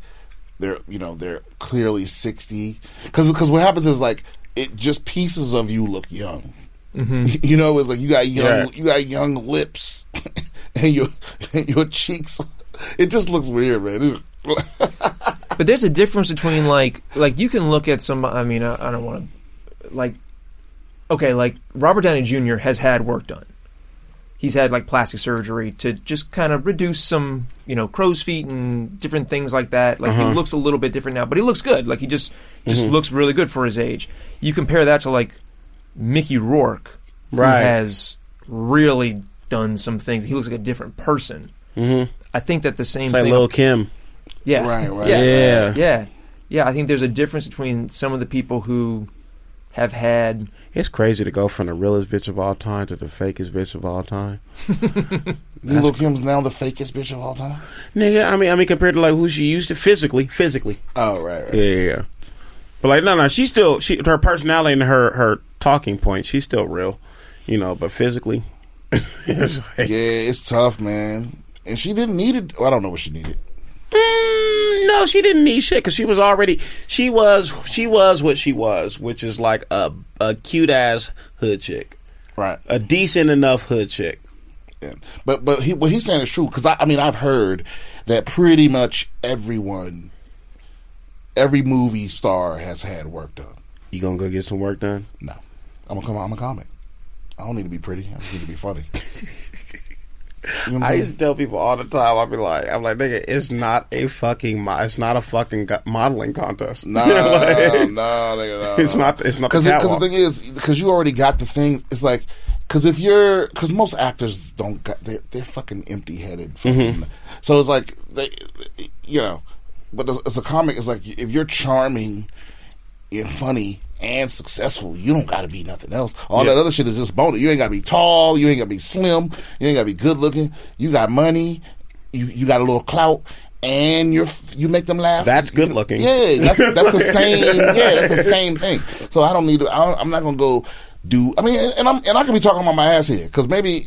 Speaker 1: they're you know they're clearly sixty because what happens is like it just pieces of you look young. (laughs) You know, it's like you got young
Speaker 2: Mm-hmm. Yeah.
Speaker 1: you got young lips (laughs) and your and your cheeks. It just looks weird, man. (laughs) It-
Speaker 3: But there's a difference between like like you can look at some. I mean, I, I don't want to like. Okay, like Robert Downey Jr. has had work done. He's had like plastic surgery to just kind of reduce some, you know, crow's feet and different things like that. Like
Speaker 2: Uh-huh.
Speaker 3: he looks a little bit different now, but he looks good. Like he just just
Speaker 2: Mm-hmm.
Speaker 3: looks really good for his age. You compare that to like Mickey Rourke,
Speaker 2: Right.
Speaker 3: who has really done some things. He looks like a different person.
Speaker 2: Mhm.
Speaker 3: I think that the same
Speaker 2: It's like
Speaker 3: thing
Speaker 2: Lil Kim.
Speaker 3: yeah.
Speaker 1: Right, right.
Speaker 3: Yeah.
Speaker 2: Yeah.
Speaker 3: Yeah. Yeah. I think there's a difference between some of the people who have had
Speaker 2: It's crazy to go from the realest bitch of all time to the fakest bitch of all time.
Speaker 1: You Lil Kim's now the fakest bitch of all time.
Speaker 2: Nigga, I mean, I mean, compared to like who she used to physically, physically.
Speaker 1: Oh right, right.
Speaker 2: Yeah, yeah, yeah. But like, no, no, she's still she her personality and her her talking point, she's still real, you know. But physically, (laughs) it's like,
Speaker 1: Yeah, it's tough, man. And she didn't need it. Well, I don't know what she needed.
Speaker 2: mm, no, she didn't need shit because she was already she was she was what she was, which is like a a cute ass hood chick,
Speaker 1: Right.
Speaker 2: a decent enough hood chick.
Speaker 1: Yeah. But but he, what he's saying is true because I, I mean I've heard that pretty much everyone, every movie star has had work done.
Speaker 2: You gonna go get some work done?
Speaker 1: No, I'm gonna come. I'm a comic. I don't need to be pretty. I just need to be funny. (laughs) You know what I'm
Speaker 2: I
Speaker 1: saying?
Speaker 2: used (laughs) to tell people all the time. I'd be like, I'm like, nigga, it's not a fucking, mo- it's not a fucking go- modeling contest. (laughs)
Speaker 1: No,
Speaker 2: Like,
Speaker 1: no, nigga, no.
Speaker 2: it's not, it's not the
Speaker 1: Because the
Speaker 2: catwalk.
Speaker 1: thing is, because you already got the things. It's like because if you're because most actors don't got they're, they're fucking empty headed.
Speaker 2: Mm-hmm.
Speaker 1: So it's like they, you know, but as, as a comic, it's like if you're charming and funny and successful, you don't got to be nothing else. All
Speaker 2: Yeah.
Speaker 1: that other shit is just bonus. You ain't got to be tall. You ain't got to be slim. You ain't got to be good looking. You got money. You you got a little clout. And you're f- you make them laugh.
Speaker 2: That's good looking.
Speaker 1: Yeah, that's, that's the same. Yeah, that's the same thing. So I don't need to. I don't, I'm not gonna go do. I mean, and I'm and I could be talking about my ass here because maybe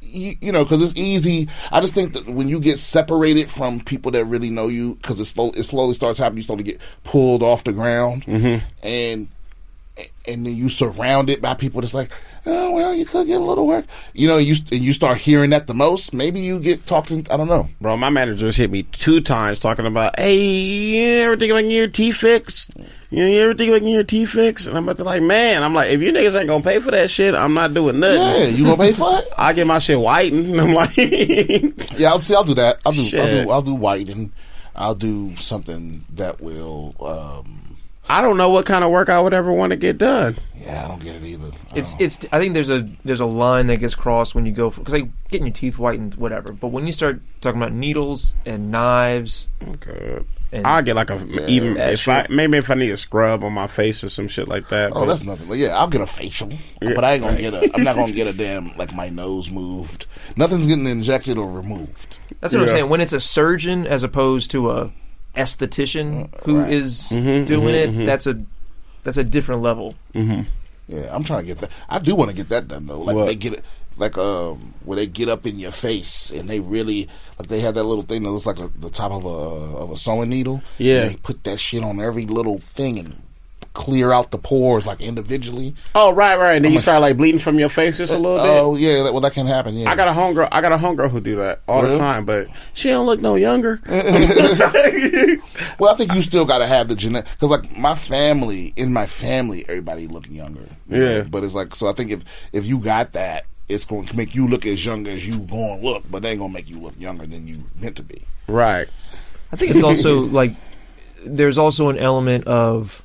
Speaker 1: you, you know because it's easy. I just think that when you get separated from people that really know you, because it slow it slowly starts happening. You slowly get pulled off the ground, and and then you surround it by people that's like, oh well, you could get a little work. You know, you and you start hearing that the most. Maybe you get talked. in- I don't know.
Speaker 2: Bro, my manager's hit me two times talking about, hey, you ever think about getting your T fixed? You, you ever think about getting your T fixed? And I'm about to like, man, I'm like, if you niggas ain't gonna pay for that shit, I'm not doing nothing.
Speaker 1: Yeah, you gonna pay for it?
Speaker 2: I get my shit whitened. (laughs) And I'm like,
Speaker 1: Yeah, I'll see. I'll do that. I'll do. I'll
Speaker 2: Shit.
Speaker 1: do. I'll do whiten. I'll do something that will. Um,
Speaker 2: I don't know what kind of work I would ever want to get done.
Speaker 1: yeah, I don't get it either. I
Speaker 3: it's
Speaker 1: don't-
Speaker 3: it's I think there's a there's a line that gets crossed when you go because like getting your teeth whitened whatever, but when you start talking about needles and knives
Speaker 2: Good.
Speaker 3: and
Speaker 2: I'll get like a even
Speaker 3: that
Speaker 2: if I
Speaker 3: shit.
Speaker 2: maybe if I need a scrub on my face or some shit like that.
Speaker 1: Oh,
Speaker 2: but-
Speaker 1: that's nothing. But yeah, I'll get a facial,
Speaker 2: Yeah,
Speaker 1: but I ain't gonna get a. I'm not gonna
Speaker 2: (laughs)
Speaker 1: get a damn like my nose moved. Nothing's getting injected or removed.
Speaker 3: That's what I'm
Speaker 2: Yeah.
Speaker 3: saying. When it's a surgeon as opposed to a esthetician who
Speaker 1: right.
Speaker 3: is doing it, that's a that's a different level.
Speaker 1: Yeah, I'm trying to get that. I do want to get that done though. Like
Speaker 2: What?
Speaker 1: they get it, like um, where they get up in your face and they really like they have that little thing that looks like a, the top of a of a sewing needle.
Speaker 2: Yeah.
Speaker 1: And they put that shit on every little thing and clear out the pores like individually.
Speaker 2: oh right, right. And then you start like bleeding from your face just a little bit.
Speaker 1: Oh yeah, that, well that can happen. Yeah,
Speaker 2: I got a homegirl. I got a homegirl who do that all the
Speaker 1: Really?
Speaker 2: time, but she don't look
Speaker 1: (laughs)
Speaker 2: no younger.
Speaker 1: Well, I think you still got to have the genetic because, like, my family in my family, everybody look younger.
Speaker 2: Yeah.
Speaker 1: but it's like so. I think if if you got that, it's going to make you look as young as you going to look, but they ain't going to make you look younger than you meant to be.
Speaker 2: right.
Speaker 3: I think it's also like there's also an element of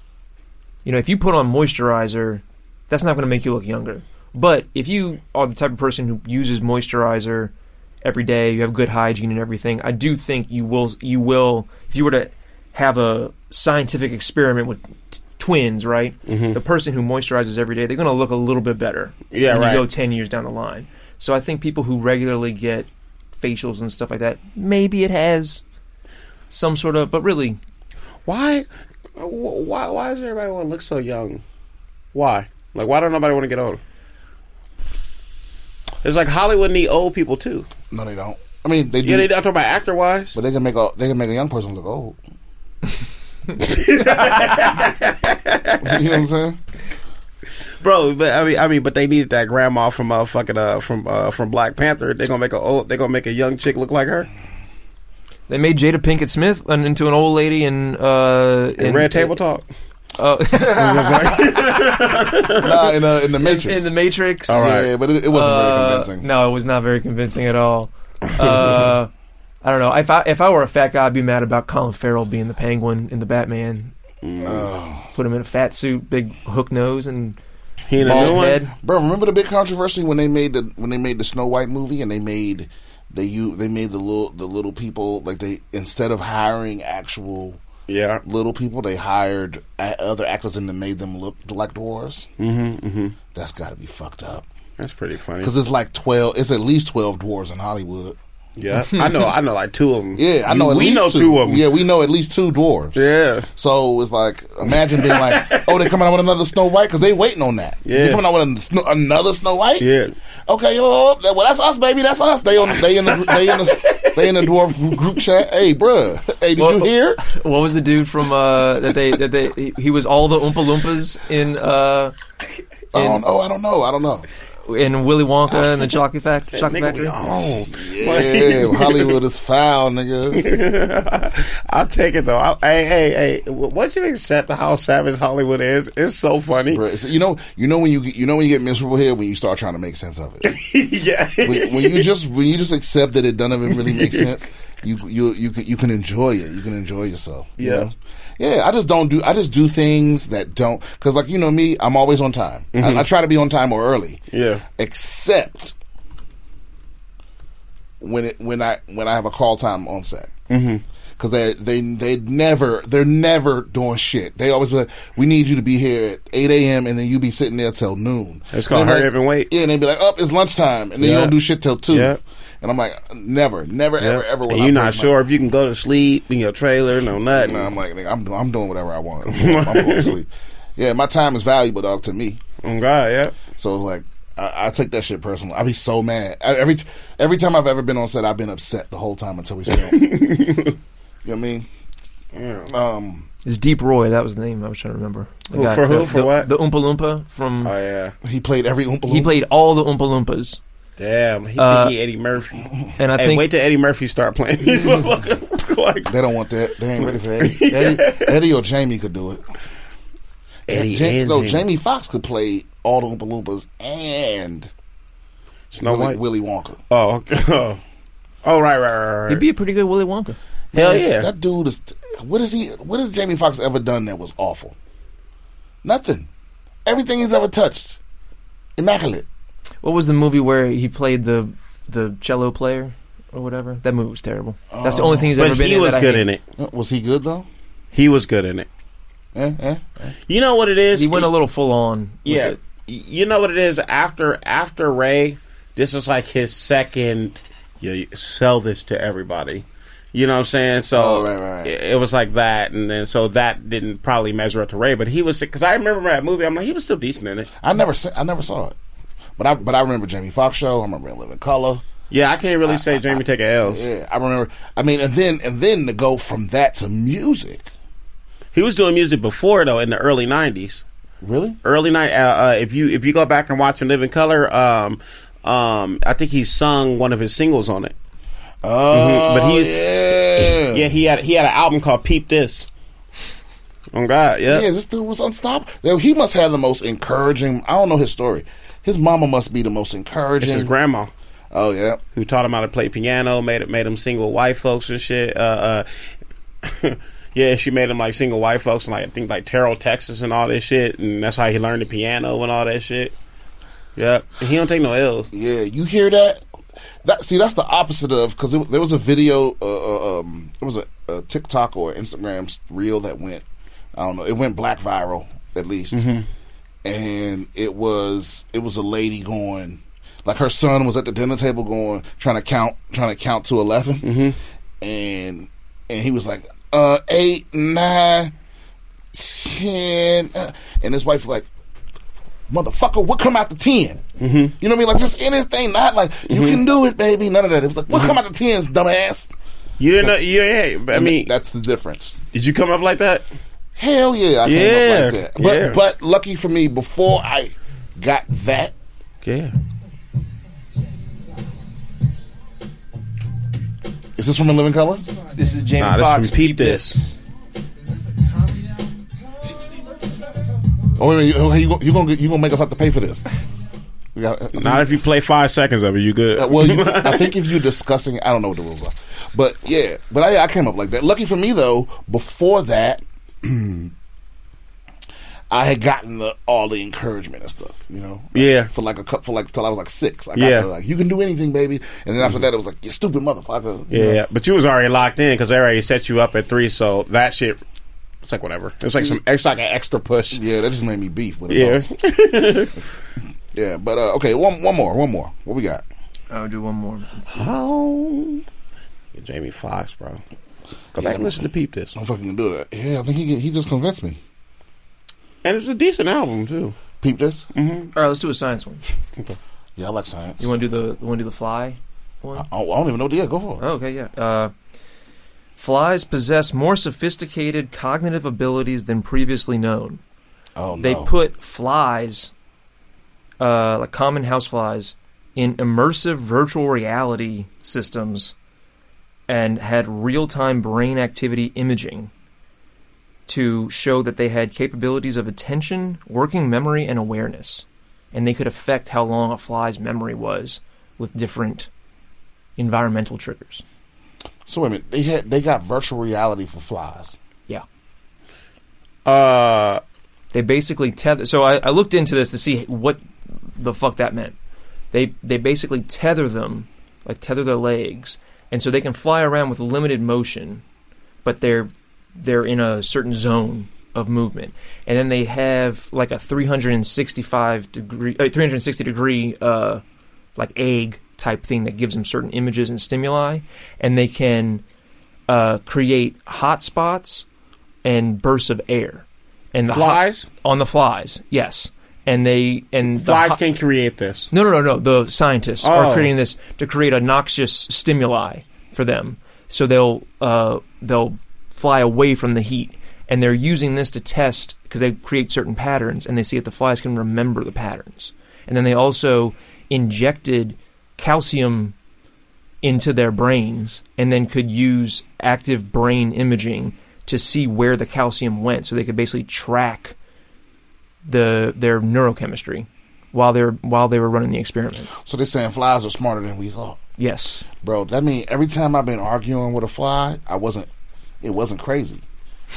Speaker 3: you know, if you put on moisturizer, that's not going to make you look younger. But if you are the type of person who uses moisturizer every day, you have good hygiene and everything, I do think you will you will if you were to have a scientific experiment with t- twins, right?
Speaker 2: Mm-hmm.
Speaker 3: The person who moisturizes every day, they're going to look a little bit better.
Speaker 2: Yeah,
Speaker 3: when
Speaker 2: right.
Speaker 3: You go 10 years down the line. So I think people who regularly get facials and stuff like that, maybe it has some sort of but really
Speaker 2: Why? wh- Why? Why does everybody want to look so young? Why? Like, why don't nobody want to get older? It's like Hollywood need old people too.
Speaker 1: No, they don't. I mean, they do,
Speaker 2: Yeah, they, I'm talking about actor wise.
Speaker 1: but they can make a they can make a young person look
Speaker 2: (laughs)
Speaker 1: old. you know what I'm
Speaker 2: (laughs)
Speaker 1: saying?
Speaker 2: Bro, but I mean, I mean, but they needed that grandma from uh, fucking uh, from uh, from Black Panther. They're gonna make a old, they're gonna make a young chick look like her
Speaker 3: They made Jada Pinkett Smith an, into an old lady in uh
Speaker 2: in Red Table Talk.
Speaker 3: uh, (laughs)
Speaker 1: Nah, in, uh, in the Matrix.
Speaker 3: in the Matrix.
Speaker 2: All right.
Speaker 1: Yeah, but it, it wasn't
Speaker 3: Uh,
Speaker 1: very convincing.
Speaker 3: No, it was not very convincing at all. Uh, (laughs) I don't know. If I if I were a fat guy, I'd be mad about Colin Farrell being the Penguin in the Batman.
Speaker 1: Oh.
Speaker 3: Put him in a fat suit, big hook nose, and
Speaker 2: He in a
Speaker 3: bald
Speaker 2: new one.
Speaker 3: head.
Speaker 1: Bro, remember the big controversy when they made the when they made the Snow White movie and they made they you they made the little the little people like they instead of hiring actual
Speaker 2: Yeah.
Speaker 1: little people. They hired a- other actors and they made them look like dwarves.
Speaker 2: Mm-hmm. Mm-hmm.
Speaker 1: That's got to be fucked up.
Speaker 2: That's pretty funny.
Speaker 1: Because it's like twelve. It's at least twelve dwarves in Hollywood.
Speaker 2: Yeah. I know. I know like two of them.
Speaker 1: Yeah, I know. At
Speaker 2: we
Speaker 1: least
Speaker 2: know
Speaker 1: two.
Speaker 2: of them.
Speaker 1: Yeah, we know at least two dwarves.
Speaker 2: Yeah.
Speaker 1: So it's like imagine being
Speaker 2: (laughs)
Speaker 1: like, oh, they're coming out with another Snow White because they waiting on that.
Speaker 2: Yeah.
Speaker 1: they coming out with an- Sno- another Snow White.
Speaker 2: Yeah.
Speaker 1: Okay, oh, that- well that's us, baby. That's us. They on they in the they in the they in the dwarf group chat. Hey, bruh. Hey, did
Speaker 3: Well-
Speaker 1: you hear?
Speaker 3: What was the dude from uh, that they that they he, he was all the Oompa Loompas in uh,
Speaker 1: I don't know. I don't know. I don't know.
Speaker 3: in Willy Wonka and the Chocolate Fact Chocolate
Speaker 2: Nigga,
Speaker 3: Factory?
Speaker 2: we on.
Speaker 1: Yeah, Hollywood is foul, nigga.
Speaker 2: (laughs) I'll take it though. I, hey, hey, hey! Once you accept how savage Hollywood is, it's so funny.
Speaker 1: Bruh, it's- you know, you know when you get, you know when you get miserable here when you start trying to make sense of it.
Speaker 2: (laughs) yeah,
Speaker 1: When, when you just when you just accept that it none of it really
Speaker 2: (laughs)
Speaker 1: makes sense, you you you can, you can enjoy it. You can enjoy yourself. you
Speaker 2: Yeah.
Speaker 1: know? yeah. I just don't do I just do things that don't because like you know me, I'm always on time. I, I try to be on time or early.
Speaker 2: Mm-hmm. yeah,
Speaker 1: except when it when I when I have a call time on set.
Speaker 2: Mm-hmm.
Speaker 1: Because they they they never they're never doing shit. They always be like, we need you to be here at eight a.m. and then you be sitting there till noon.
Speaker 2: It's called
Speaker 1: And they're
Speaker 2: hurry
Speaker 1: like-
Speaker 2: up and wait.
Speaker 1: Yeah, and they be like, up, it's lunchtime, and then
Speaker 2: Yeah.
Speaker 1: you don't do shit till two.
Speaker 2: Yeah.
Speaker 1: And I'm like, never, never, ever, ever. will
Speaker 2: And
Speaker 1: I
Speaker 2: you're
Speaker 1: break my- (laughs)
Speaker 2: not sure if you can go to sleep in your trailer, no nothing.
Speaker 1: No, I'm like, nigga, I'm do- I'm doing whatever I want. I'm going, I'm going to
Speaker 2: (laughs)
Speaker 1: sleep. Yeah, my time is valuable, dog, to me.
Speaker 2: Oh God, yeah.
Speaker 1: So it's like I, I take that shit personal. I be so mad I, every t- every time I've ever been on set. I've been upset the whole time until we
Speaker 2: (laughs)
Speaker 1: filmed. you know what I mean? Um,
Speaker 3: It's Deep Roy. That was the name I was trying to remember. The
Speaker 2: Who- for who?
Speaker 3: the-
Speaker 2: For
Speaker 3: the-
Speaker 2: what?
Speaker 3: The Oompa Loompa from.
Speaker 2: Oh yeah,
Speaker 1: he played every Oompa
Speaker 3: he
Speaker 1: Loompa.
Speaker 3: played all the Oompa Loompas,
Speaker 2: damn. He,
Speaker 3: Uh,
Speaker 2: he Eddie Murphy.
Speaker 3: and I
Speaker 2: hey,
Speaker 3: think
Speaker 2: wait till Eddie Murphy start playing (laughs) these motherfuckers. like
Speaker 1: They don't want that. They ain't ready for
Speaker 2: (laughs)
Speaker 1: Eddie. Eddie, Eddie or Jamie could do it.
Speaker 2: Eddie
Speaker 1: Ja-
Speaker 2: and
Speaker 1: no,
Speaker 2: Jamie.
Speaker 1: Jamie Foxx could play all the Oompa Loompas and
Speaker 2: Snow
Speaker 1: Willy,
Speaker 2: White.
Speaker 1: Willy Wonka.
Speaker 2: Oh, okay. (laughs) oh, oh, right, right, right,
Speaker 3: he'd
Speaker 2: right.
Speaker 3: be a pretty good Willy Wonka.
Speaker 2: Hell yeah.
Speaker 1: That dude is. What is he? What has Jamie Foxx ever done that was awful? Nothing. Everything he's ever touched, immaculate.
Speaker 3: What was the movie where he played the the cello player or whatever? That movie was terrible. That's the only thing he's ever
Speaker 2: Oh. But
Speaker 3: been
Speaker 2: he
Speaker 3: in
Speaker 2: was
Speaker 3: that I
Speaker 2: good
Speaker 3: hate.
Speaker 2: in it.
Speaker 1: Uh, Was he good though?
Speaker 2: He was good in it.
Speaker 1: Eh, eh?
Speaker 2: You know what it is?
Speaker 3: He went a little full on. with
Speaker 2: Yeah.
Speaker 3: it.
Speaker 2: Y- You know what it is after after Ray, this is like his second you, you sell this to everybody. You know what I'm saying? So
Speaker 1: Oh, right, right, right.
Speaker 2: It, it was like that and then so that didn't probably measure up to Ray, but he was cuz I remember that movie. I'm like he was still decent in it.
Speaker 1: I never sa- I never saw it, but I but I remember Jamie Foxx show. I remember In Living Color.
Speaker 2: Yeah, I can't really say Jamie take a L.
Speaker 1: Yeah, I remember. I mean, and then and then to go from that to music,
Speaker 2: He was doing music before though in the early 90s.
Speaker 1: really?
Speaker 2: early night. Uh, uh, if you if you go back and watch *In Living Color*, um, um, I think he sung one of his singles on it.
Speaker 1: Oh,
Speaker 2: Mm-hmm. But
Speaker 1: but
Speaker 2: he-
Speaker 1: he, yeah,
Speaker 2: Yeah, he had he had an album called *Peep This*. Oh God, yeah.
Speaker 1: Yeah, This dude was unstoppable. He must have the most encouraging. I don't know his story. His mama must be the most
Speaker 2: It's
Speaker 1: encouraging.
Speaker 2: his grandma
Speaker 1: oh yeah,
Speaker 2: who taught him how to play piano, made it made him sing with white folks and shit. Uh, uh, (laughs) yeah, she made him like sing with white folks and like I think like Terrell, Texas, and all this shit, and that's how he learned the piano and all that shit. Yeah, And he don't take no L's.
Speaker 1: yeah. You hear that? That see, that's the opposite of because there was a video. Uh, uh, um, it was a, a TikTok or Instagram reel that went. I don't know. It went black viral at least. and it was it was a lady going like her son was at the dinner table going trying to count trying to count to 11 and and he was like uh eight nine ten uh," and his wife like motherfucker what come out to 10 mm-hmm. you know what i mean like just anything not like you
Speaker 2: Mm-hmm.
Speaker 1: can do it baby none of that it was like what come out to 10s dumbass
Speaker 2: You didn't know? Yeah, yeah. but Mm-hmm. I mean,
Speaker 1: that's the difference
Speaker 2: did you come up like that?
Speaker 1: Hell yeah, I
Speaker 2: Yeah,
Speaker 1: came up like that. But
Speaker 2: yeah.
Speaker 1: but lucky for me, before I got that,
Speaker 2: Yeah.
Speaker 1: is this from In Living Color?
Speaker 3: This is Jamie
Speaker 2: Nah, this
Speaker 3: Foxx.
Speaker 2: from Peep This.
Speaker 1: Oh wait, a minute, you, you, you gonna get- you gonna make us have to pay for this? We got- I think-
Speaker 2: Not if you play five seconds of it, you good.
Speaker 1: uh, well, you,
Speaker 2: (laughs)
Speaker 1: I think if you're discussing, I don't know what the rules are, but yeah, but I, I came up like that. Lucky for me though, before that, (clears throat) I had gotten the, all the encouragement and stuff, you know.
Speaker 2: Yeah.
Speaker 1: For like a cup, for like till I was like six, I got
Speaker 2: Yeah. Mm-hmm.
Speaker 1: the, like you can do anything, baby. And then after that, it was like you stupid motherfucker. you
Speaker 2: yeah,
Speaker 1: know?
Speaker 2: yeah, but you was already locked in because they already set you up at three, so that shit It's like whatever. It's like some. It's like an extra push.
Speaker 1: Yeah, that just made me beef with it.
Speaker 2: Yeah. (laughs)
Speaker 1: Yeah, but uh, okay, one one more, one more. What we got?
Speaker 3: I'll do one more. Let's see.
Speaker 2: Oh, Jamie Foxx, bro. Go back and listen to Peep this.
Speaker 1: Don't fucking do that. Yeah, I think he he just convinced me.
Speaker 2: And it's a decent album too.
Speaker 1: Peep this.
Speaker 2: Mm.
Speaker 3: All right, let's do a science one.
Speaker 1: Yeah, I like science.
Speaker 3: You want to do the? You want to do the fly one?
Speaker 2: Uh.
Speaker 1: I, I don't even know. Yeah, go for it.
Speaker 3: Oh, okay, yeah. Uh, flies possess more sophisticated cognitive abilities than previously known.
Speaker 1: Oh no.
Speaker 3: They put flies, uh, like common house flies, in immersive virtual reality systems and had real time brain activity imaging to show that they had capabilities of attention, working memory, and awareness. And they could affect how long a fly's memory was with different environmental triggers.
Speaker 1: so wait a minute. They had they got virtual reality for flies.
Speaker 3: Yeah.
Speaker 2: Uh,
Speaker 3: They basically tether. So I, I looked into this to see what the fuck that meant. They they basically tether them, like tether their legs, and so they can fly around with limited motion, but they're they're in a certain zone of movement, and then they have like a 365 degree, uh, 360 degree, uh, like egg type thing that gives them certain images and stimuli, and they can uh, create hot spots and bursts of air. And the hot-
Speaker 2: flies.
Speaker 3: on the flies, yes. And they and the
Speaker 2: Flies
Speaker 3: hi-
Speaker 2: can create this.
Speaker 3: no, no, no, no. The scientists
Speaker 2: Oh.
Speaker 3: are creating this to create a noxious stimuli for them, so they'll uh, they'll fly away from the heat, and they're using this to test because they create certain patterns, and they see if the flies can remember the patterns, and then they also injected calcium into their brains, and then could use active brain imaging to see where the calcium went, so they could basically track the their neurochemistry while they're while they were running the experiment.
Speaker 1: So they're saying flies are smarter than we thought,
Speaker 3: Yes.
Speaker 1: bro. That mean every time I've been arguing with a fly, I wasn't. It wasn't crazy.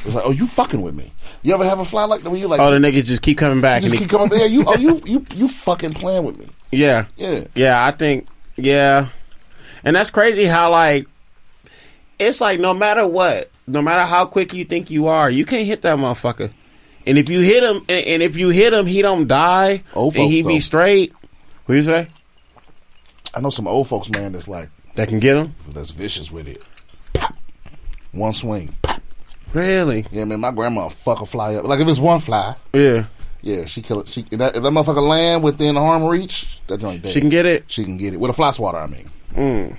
Speaker 1: It was like, oh, you fucking with me. You ever have a fly like that? Where you like,
Speaker 2: Oh, the niggas just keep coming back.
Speaker 1: you just
Speaker 2: and
Speaker 1: keep coming. Yeah, you, oh, you, you, you fucking playing with me.
Speaker 2: he, yeah,
Speaker 1: Yeah.
Speaker 2: yeah. I think yeah, and that's crazy how like it's like no matter what, no matter how quick you think you are, you can't hit that motherfucker. And if you hit him, and, and if you hit him, he don't die,
Speaker 1: Old
Speaker 2: and he
Speaker 1: Oh, folks,
Speaker 2: be
Speaker 1: though.
Speaker 2: straight. What you say?
Speaker 1: I know some old folks, man. That's like
Speaker 2: That can get him.
Speaker 1: that's vicious with it. Pop. One swing. Pop.
Speaker 2: Really?
Speaker 1: Yeah, man. My grandma fuck a fly up. Like if it's one fly,
Speaker 2: Yeah.
Speaker 1: yeah, she kill it. She if that, if that motherfucker land within arm reach, that joint dead.
Speaker 2: She can get it.
Speaker 1: She can get it with a fly swatter. I mean,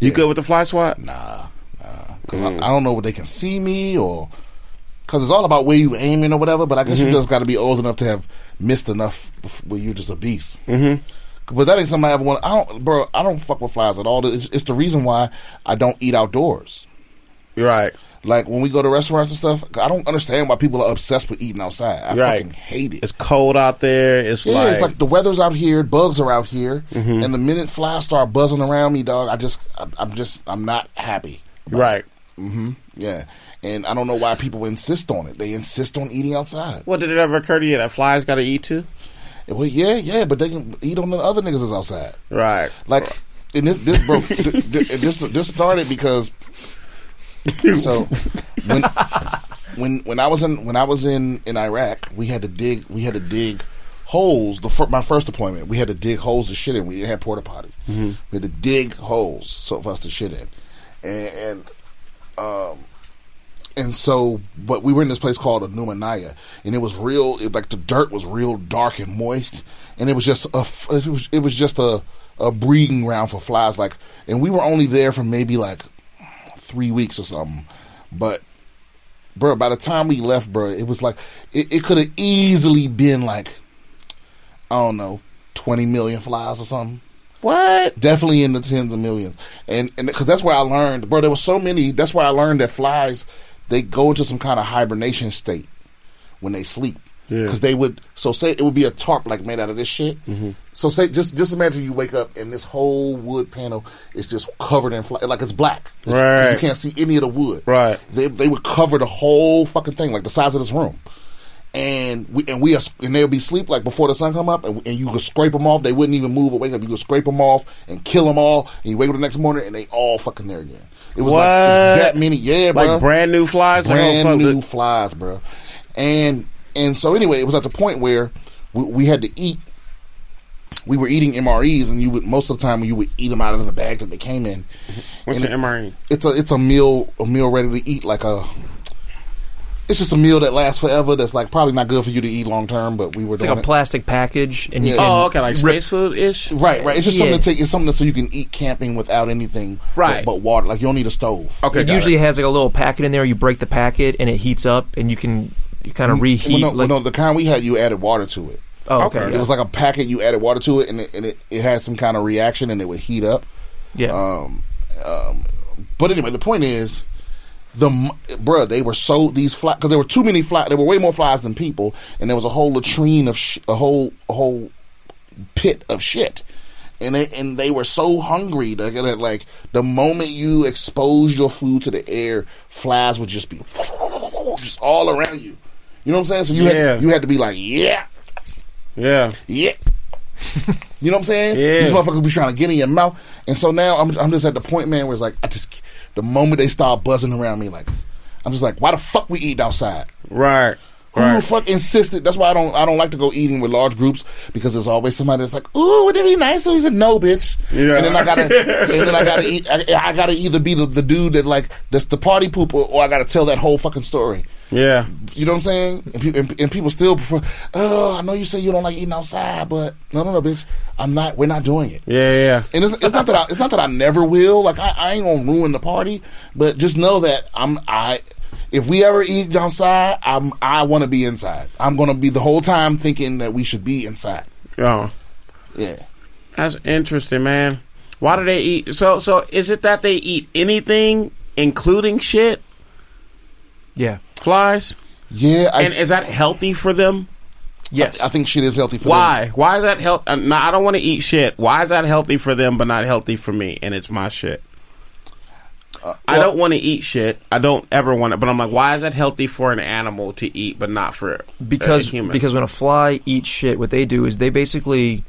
Speaker 2: You good with the fly swat?
Speaker 1: nah, nah. Because I, I don't know what they can see me or because it's all about where you aiming or whatever. But I guess you just got to be old enough to have missed enough bef- where you're just a beast. Mm-hmm. But that ain't something I ever want. I don't, bro. I don't fuck with flies at all. It's, it's the reason why I don't eat outdoors.
Speaker 2: You're right.
Speaker 1: Like when we go to restaurants and stuff, I don't understand why people are obsessed with eating outside. I
Speaker 2: Right.
Speaker 1: fucking hate it.
Speaker 2: It's cold out there. It's
Speaker 1: yeah,
Speaker 2: like,
Speaker 1: it's like the weather's out here, bugs are out here, and the minute flies start buzzing around me, dog, I just, I, I'm just, I'm not happy. about
Speaker 2: right.
Speaker 1: hmm Yeah. And I don't know why people insist on it. They insist on eating outside.
Speaker 2: What did it ever occur to you that flies got to eat too?
Speaker 1: Well, yeah, yeah, but they can eat on the other niggas that's outside.
Speaker 2: Right.
Speaker 1: Like, and this this broke. th- th- this this started because so when when when I was in when I was in in Iraq, we had to dig we had to dig holes. The fir- my first deployment, we had to dig holes to shit in. We didn't have porta potties. We had to dig holes so for us to shit in, and, and um. And so, but we were in this place called a Numanaya, and it was real. It, like the dirt was real dark and moist, and it was just a f- it was, it was just a a breeding ground for flies. Like, and we were only there for maybe like three weeks or something. But, bro, by the time we left, bro, it was like it, it could have easily been like I don't know, twenty million flies or something
Speaker 2: What?
Speaker 1: definitely in the tens of millions and and because that's where i learned bro there was so many that's where i learned that flies they go into some kind of hibernation state when they sleep
Speaker 2: Yeah.
Speaker 1: because they would so say it would be a tarp like made out of this shit
Speaker 2: Mm-hmm.
Speaker 1: so say just just imagine you wake up and this whole wood panel is just covered in fly like it's black
Speaker 2: Right.
Speaker 1: you can't see any of the wood
Speaker 2: Right.
Speaker 1: they, they would cover the whole fucking thing like the size of this room and we and we are, and they'll be sleep like before the sun come up, and, and you could scrape them off. They wouldn't even move or wake up. You could scrape them off and kill them all, and you wake up the next morning and they all fucking there again. It was
Speaker 2: What?
Speaker 1: like it was that many. Yeah,
Speaker 2: like
Speaker 1: bro.
Speaker 2: brand new flies. Like, oh,
Speaker 1: brand
Speaker 2: fuck,
Speaker 1: new
Speaker 2: the-
Speaker 1: flies, bro. And and so anyway, it was at the point where we, we had to eat. We were eating MREs, and you would most of the time you would eat them out of the bag that they came in.
Speaker 2: What's
Speaker 1: and
Speaker 2: an E? MRE?
Speaker 1: It's a it's a meal a meal ready to eat like a. It's just a meal that lasts forever. That's like probably not good for you to eat long term, but we were
Speaker 3: It's
Speaker 1: doing
Speaker 3: like a
Speaker 1: it.
Speaker 3: plastic package, and you
Speaker 1: Yeah.
Speaker 3: can
Speaker 2: Oh, okay, like
Speaker 3: rip-
Speaker 2: space food ish.
Speaker 1: Right, right. It's just
Speaker 3: Yeah.
Speaker 1: something to take. It's something so you can eat camping without anything,
Speaker 2: Right.
Speaker 1: But, but water. Like you don't need a stove.
Speaker 2: Okay,
Speaker 3: it
Speaker 2: got
Speaker 3: usually has like a little packet in there. You break the packet, and it heats up, and you can you kind of
Speaker 1: Mm-hmm.
Speaker 3: reheat.
Speaker 1: Well, no, well,
Speaker 3: like,
Speaker 1: no, the kind we had, you added water to it.
Speaker 3: oh, okay,
Speaker 2: okay.
Speaker 1: It was like a packet. You added water to it, and it, and it, it had some kind of reaction, and it would heat up.
Speaker 3: yeah.
Speaker 1: Um, um, but anyway, the point is, the m- bruh, they were so these fly because there were too many fly. There were way more flies than people, and there was a whole latrine of sh- a whole a whole pit of shit. And they, and they were so hungry that that, like the moment you expose your food to the air, flies would just be (laughs) just all around you. You know what I'm saying? So you
Speaker 2: Yeah.
Speaker 1: had, you had to be like, yeah,
Speaker 2: Yeah. (laughs)
Speaker 1: yeah. you know what I'm saying?
Speaker 2: Yeah.
Speaker 1: These motherfuckers be trying to get in your mouth. And so now I'm, I'm just at the point, man, where it's like, I just, the moment they start buzzing around me, like, I'm just like, why the fuck we eat outside?
Speaker 2: Right.
Speaker 1: Who
Speaker 2: Right.
Speaker 1: the fuck insisted? That's why I don't I don't like to go eating with large groups because there's always somebody that's like, "Ooh, would it be nice?" And he said, "No, bitch."
Speaker 2: Yeah.
Speaker 1: And then I
Speaker 2: (laughs)
Speaker 1: gotta and then I gotta eat, I, I gotta either be the, the dude that like that's the party pooper or I gotta tell that whole fucking story.
Speaker 2: yeah.
Speaker 1: You know what I'm saying? And, pe- and, and people still prefer. Oh, I know you say you don't like eating outside, but no, no, no, bitch. I'm not. We're not doing it.
Speaker 2: Yeah. Yeah.
Speaker 1: And it's, it's not that I, it's not that I never will. Like I, I ain't gonna ruin the party, but just know that I'm I. If we ever eat outside, I'm I want to be inside. I'm gonna be the whole time thinking that we should be inside.
Speaker 2: Oh,
Speaker 1: Yeah.
Speaker 2: that's interesting, man. Why do they eat? So, so is it that they eat anything, including shit,
Speaker 3: yeah.
Speaker 2: flies?
Speaker 1: Yeah. I,
Speaker 2: and is that healthy for them?
Speaker 3: Yes.
Speaker 1: I think shit is healthy for them.
Speaker 2: Why? Why is that health? Uh, no, I don't want to eat shit. Why is that healthy for them, but not healthy for me? And it's my shit. I don't want to eat shit. I don't ever want it. But I'm like, why is that healthy for an animal to eat, but not for
Speaker 3: because
Speaker 2: a human?
Speaker 3: because when a fly eats shit, what they do is they basically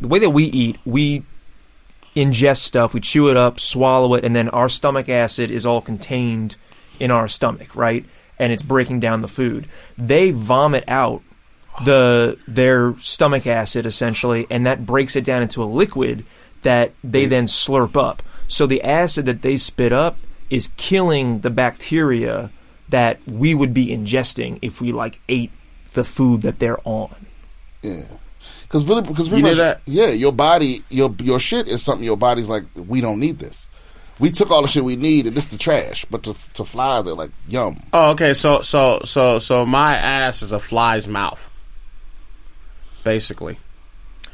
Speaker 3: the way that we eat, we ingest stuff, we chew it up, swallow it, and then our stomach acid is all contained in our stomach, right? And it's breaking down the food. They vomit out the their stomach acid essentially, and that breaks it down into a liquid that they then slurp up. So the acid that they spit up is killing the bacteria that we would be ingesting if we like ate the food that they're on.
Speaker 1: Yeah. Because really, because
Speaker 2: You knew that?
Speaker 1: yeah, your body, your your shit is something your body's like, we don't need this. We took all the shit we need, and this the trash. But to to flies, they're like, yum.
Speaker 2: oh, okay. So, so, so, so my ass is a fly's mouth, basically.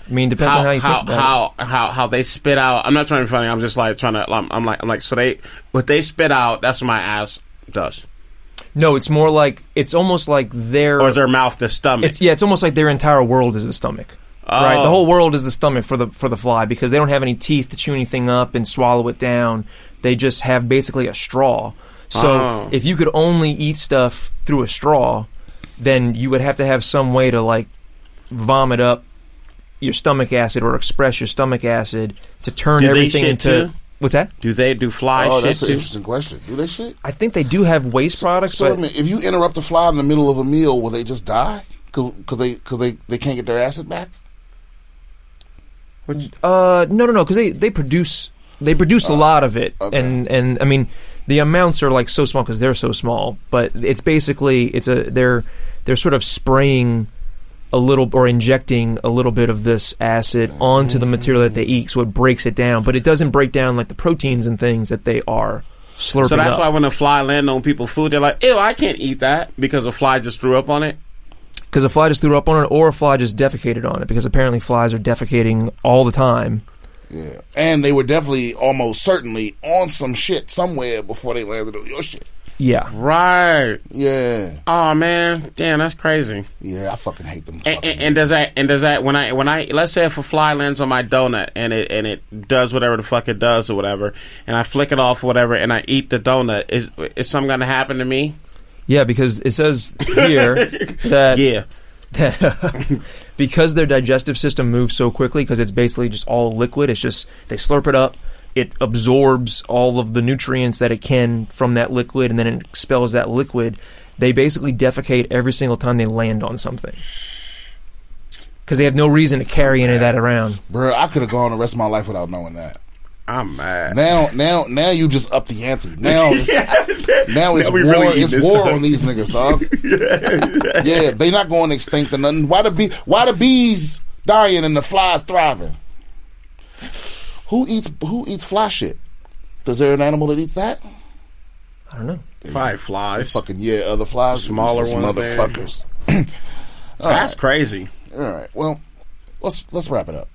Speaker 3: I mean, depends on how you
Speaker 2: how
Speaker 3: think about it.
Speaker 2: how, how how they spit out. I'm not trying to be funny. I'm just like trying to. I'm, I'm like I'm like so they what they spit out. That's what my ass does.
Speaker 3: No, it's more like it's almost like their
Speaker 2: Or is their mouth the stomach?
Speaker 3: it's yeah, it's almost like their entire world is the stomach. Right,
Speaker 2: Oh.
Speaker 3: the whole world is the stomach for the for the fly because they don't have any teeth to chew anything up and swallow it down. They just have basically a straw. So
Speaker 2: Oh.
Speaker 3: if you could only eat stuff through a straw, then you would have to have some way to like vomit up your stomach acid or express your stomach acid to turn
Speaker 2: Do they
Speaker 3: everything
Speaker 2: shit
Speaker 3: into
Speaker 2: too?
Speaker 3: what's that?
Speaker 2: do they do fly
Speaker 1: oh,
Speaker 2: shit
Speaker 1: that's an
Speaker 2: too?
Speaker 1: interesting question. Do they shit?
Speaker 3: I think they do have waste products,
Speaker 1: So wait a
Speaker 3: but
Speaker 1: minute, if you interrupt a fly in the middle of a meal, will they just die? Because they because they, they can't get their acid back.
Speaker 3: Uh, no, no, no, because they, they produce they produce
Speaker 2: Oh,
Speaker 3: a lot of it,
Speaker 1: okay.
Speaker 3: and and I mean the amounts are like so small because they're so small, but it's basically it's a they're they're sort of spraying a little or injecting a little bit of this acid onto the material that they eat, so it breaks it down, but it doesn't break down like the proteins and things that they are slurping
Speaker 2: So that's
Speaker 3: up.
Speaker 2: why when a fly land on people's food, they're like, "Ew, I can't eat that," because a fly just threw up on it.
Speaker 3: because a fly just threw up on it, or a fly just defecated on it, because apparently flies are defecating all the time.
Speaker 1: Yeah, and they were definitely almost certainly on some shit somewhere before they landed on your shit.
Speaker 3: Yeah,
Speaker 2: Right.
Speaker 1: Yeah,
Speaker 2: Oh man, damn, that's crazy.
Speaker 1: yeah, I fucking hate them.
Speaker 2: And,
Speaker 1: fucking-
Speaker 2: and, and does that and does that when I when I let's say if a fly lands on my donut and it and it does whatever the fuck it does or whatever, and I flick it off or whatever, and I eat the donut, is is something gonna happen to me?
Speaker 3: yeah, because it says
Speaker 2: (laughs)
Speaker 3: here that
Speaker 2: Yeah.
Speaker 3: (laughs) because their digestive system moves so quickly because it's basically just all liquid it's just they slurp it up it absorbs all of the nutrients that it can from that liquid and then it expels that liquid. They basically defecate every single time they land on something because they have no reason to carry any of that around.
Speaker 1: Bro, I could have gone the rest of my life without knowing that.
Speaker 2: I'm mad. (laughs)
Speaker 1: Now, now, now you just up the ante. Now, it's, now it's
Speaker 2: Now we
Speaker 1: war.
Speaker 2: really eating
Speaker 1: it's
Speaker 2: this
Speaker 1: war
Speaker 2: up.
Speaker 1: on these niggas,
Speaker 2: (laughs)
Speaker 1: dog. yeah, they not going extinct or nothing. Why the bee? Why the bees dying and the flies thriving? Who eats? Who eats fly shit? Is there an animal that eats that?
Speaker 3: I don't know.
Speaker 2: Five flies.
Speaker 1: Fucking yeah, other flies,
Speaker 2: Smaller
Speaker 1: These
Speaker 2: ones, man.
Speaker 1: motherfuckers.
Speaker 2: That's crazy.
Speaker 1: All right, well, let's let's wrap it up,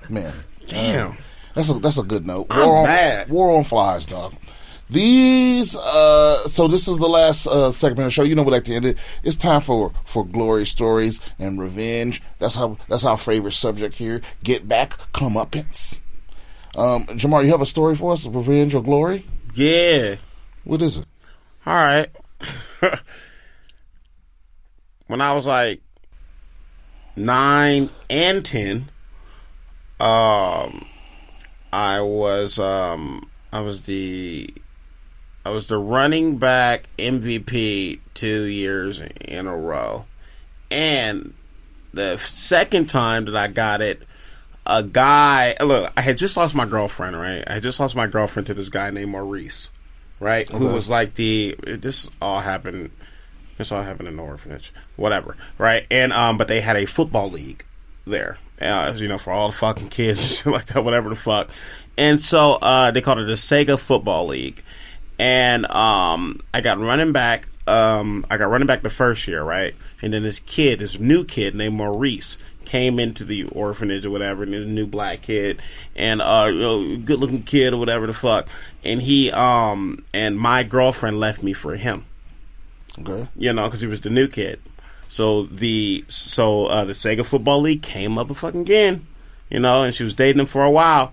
Speaker 2: (laughs)
Speaker 1: man.
Speaker 2: Damn.
Speaker 1: That's a that's a good note.
Speaker 2: I'm
Speaker 1: War on
Speaker 2: mad.
Speaker 1: war on flies, dog. These uh so this is the last uh segment of the show. You know we like to end it. It's time for for glory stories and revenge. That's how that's our favorite subject here. Get back, comeuppance. Um Jamar, you have a story for us, revenge or glory?
Speaker 2: Yeah.
Speaker 1: What is it?
Speaker 2: All right. (laughs) when I was like nine and ten, um, I was um, I was the I was the running back MVP two years in a row, and the f- second time that I got it, a guy look, I had just lost my girlfriend, right? I had just lost my girlfriend to this guy named Maurice, right? Who was like the this all happened this all happened in the orphanage, whatever, right? And um, but they had a football league there, uh, you know, for all the fucking kids, (laughs) and shit like that, whatever the fuck. And so uh, they called it the Sega Football League, and um, I got running back. Um, I got running back the first year, right? And then this kid, this new kid named Maurice, came into the orphanage or whatever, and this new black kid, and uh, good looking kid or whatever the fuck. And he, um, and my girlfriend left me for him
Speaker 1: Okay.
Speaker 2: you know, because he was the new kid. So the so uh, the Sega Football League came up a fucking again, you know, and she was dating him for a while,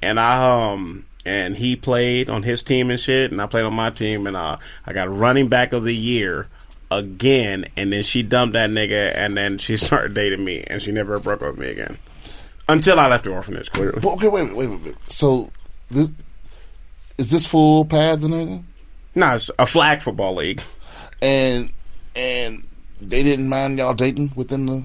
Speaker 2: and I um and he played on his team and shit, and I played on my team, and uh, I got running back of the year again, and then she dumped that nigga, and then she (laughs) started dating me, and she never broke up with me again until I left the orphanage. Clearly,
Speaker 1: But, okay, wait, wait, wait, wait. So this is this full pads and everything?
Speaker 2: no, it's a flag football league.
Speaker 1: And and they didn't mind y'all dating within the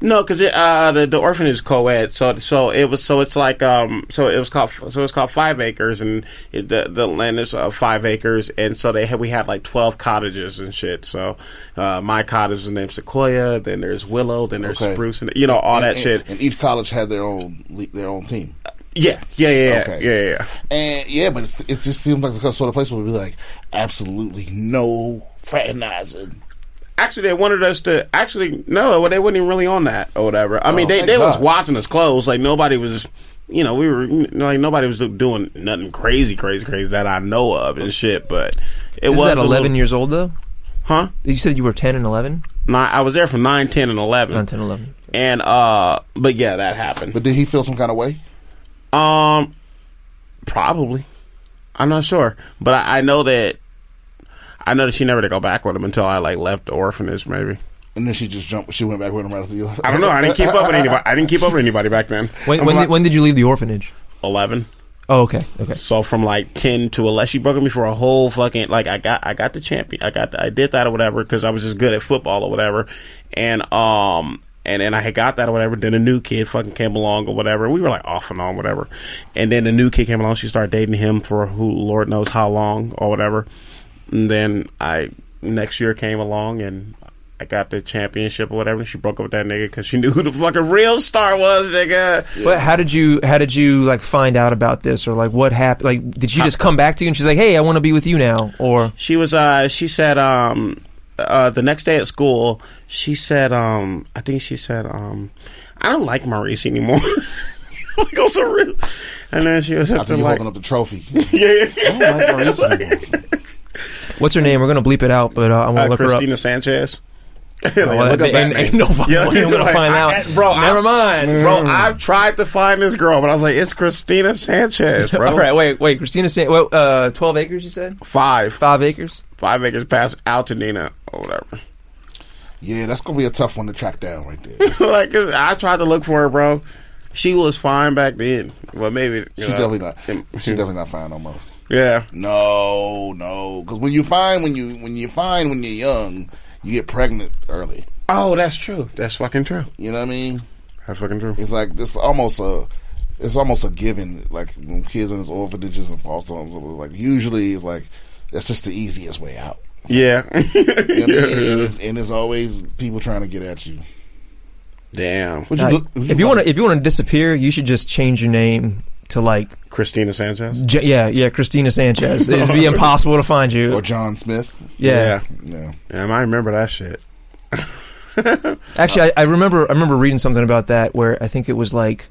Speaker 2: No, because uh, the the orphanage is co-ed, so so it was so it's like um so it was called so it's called five acres and it, the the land is uh, five acres and so they had, we had like twelve cottages and shit. So uh, my cottage is named Sequoia. Then there's Willow. Then there's
Speaker 1: Okay.
Speaker 2: Spruce and you know all that
Speaker 1: and,
Speaker 2: shit.
Speaker 1: And each college had their own le- their own team.
Speaker 2: Yeah, yeah, yeah, yeah,
Speaker 1: Okay.
Speaker 2: yeah, yeah.
Speaker 1: And yeah, but it's, it just seems like the sort of place where we'd be like, absolutely no fraternizing.
Speaker 2: Actually, they wanted us to. Actually, no, well, they weren't even really on that or whatever. I mean,
Speaker 1: Oh,
Speaker 2: they
Speaker 1: thank
Speaker 2: they was
Speaker 1: God.
Speaker 2: watching us close. Like nobody was, you know, we were like nobody was doing nothing crazy, crazy, crazy that I know of and shit. But it
Speaker 3: This
Speaker 2: was
Speaker 3: is at
Speaker 2: a
Speaker 3: 11
Speaker 2: little-
Speaker 3: years old, though?
Speaker 2: huh?
Speaker 3: You said you were 10 and 11?
Speaker 2: Nine, I was there from nine, ten, and eleven,
Speaker 3: Not 10, 11.
Speaker 2: and uh, but yeah, that happened.
Speaker 1: But did he feel some kind of way?
Speaker 2: Um, probably. I'm not sure, but I, I know that I know that she never did go back with him until I like left the orphanage. Maybe
Speaker 1: And then she just jumped. She went back with him right after the
Speaker 2: I don't know. I didn't keep up with anybody. I didn't keep up with anybody back then.
Speaker 3: When,
Speaker 2: I'm
Speaker 3: when,
Speaker 2: like-
Speaker 3: did, when did you leave the orphanage?
Speaker 2: eleven.
Speaker 3: Oh, okay. Okay.
Speaker 2: So from like ten to eleven, she broke me for a whole fucking like I got I got the champion. I got I did that or whatever because I was just good at football or whatever, and um and then I had got that or whatever. Then a new kid fucking came along or whatever. We were like off and on whatever, and then the new kid came along. She started dating him for who Lord knows how long or whatever. And then I next year came along and. I got the championship or whatever, and she broke up with that nigga because she knew who the fucking real star was, nigga.
Speaker 3: But how did you how did you like find out about this or like what happened? Like did she just come back to you and she's like, "Hey, I want to be with you now," or
Speaker 2: She was uh she said um uh the next day at school she said um I think she said um I don't like Maurice anymore. (laughs) like on some real and then she was up
Speaker 1: After
Speaker 2: to
Speaker 1: you
Speaker 2: like
Speaker 1: holding up the trophy.
Speaker 2: yeah, yeah.
Speaker 1: I don't like Maurice anymore.
Speaker 3: what's her name? We're gonna bleep it out, but uh, I want to
Speaker 2: Uh,
Speaker 3: look her up.
Speaker 2: Christina Sanchez. (laughs) Like,
Speaker 3: Oh, that- ain't- ain't no fucking way I'm gonna
Speaker 2: like,
Speaker 3: find
Speaker 2: I-
Speaker 3: out.
Speaker 2: I- bro.
Speaker 3: Never
Speaker 2: I-
Speaker 3: mind.
Speaker 2: bro. I've tried to find this girl, but I was like, it's Christina Sanchez, bro.
Speaker 3: (laughs) All right, wait, wait. Christina said, well, uh, 12 acres, you said?
Speaker 2: Five,
Speaker 3: Five acres?
Speaker 2: five acres past Altadena or whatever. (laughs)
Speaker 1: Yeah, that's gonna be a tough one to track down right there.
Speaker 2: like it's- I tried to look for her, bro. She was fine back then. Well, maybe you
Speaker 1: She's
Speaker 2: know,
Speaker 1: definitely not.
Speaker 2: it-
Speaker 1: She's definitely not fine no more.
Speaker 2: Yeah,
Speaker 1: No, no, because when you find when you when you find when you're young, you get pregnant early.
Speaker 2: Oh, that's true. That's fucking true.
Speaker 1: You know what I mean?
Speaker 2: That's fucking true.
Speaker 1: It's like this almost a it's almost a given. Like when kids in these orphanages and foster homes, it was like usually it's like that's just the easiest way out. (laughs)
Speaker 2: Yeah. (laughs)
Speaker 1: You know what I mean? And, it's, and it's always people trying to get at you.
Speaker 2: Damn.
Speaker 1: Would
Speaker 3: Like,
Speaker 1: look- would
Speaker 3: if you
Speaker 1: look-
Speaker 3: want to, if you want to disappear, you should just change your name to like,
Speaker 2: Christina Sanchez.
Speaker 3: J- yeah, yeah, Christina Sanchez. It'd be impossible to find you.
Speaker 1: or John Smith,
Speaker 3: yeah.
Speaker 1: yeah,
Speaker 2: Damn, I remember that shit.
Speaker 3: Actually, I, I remember I remember reading something about that where I think it was like,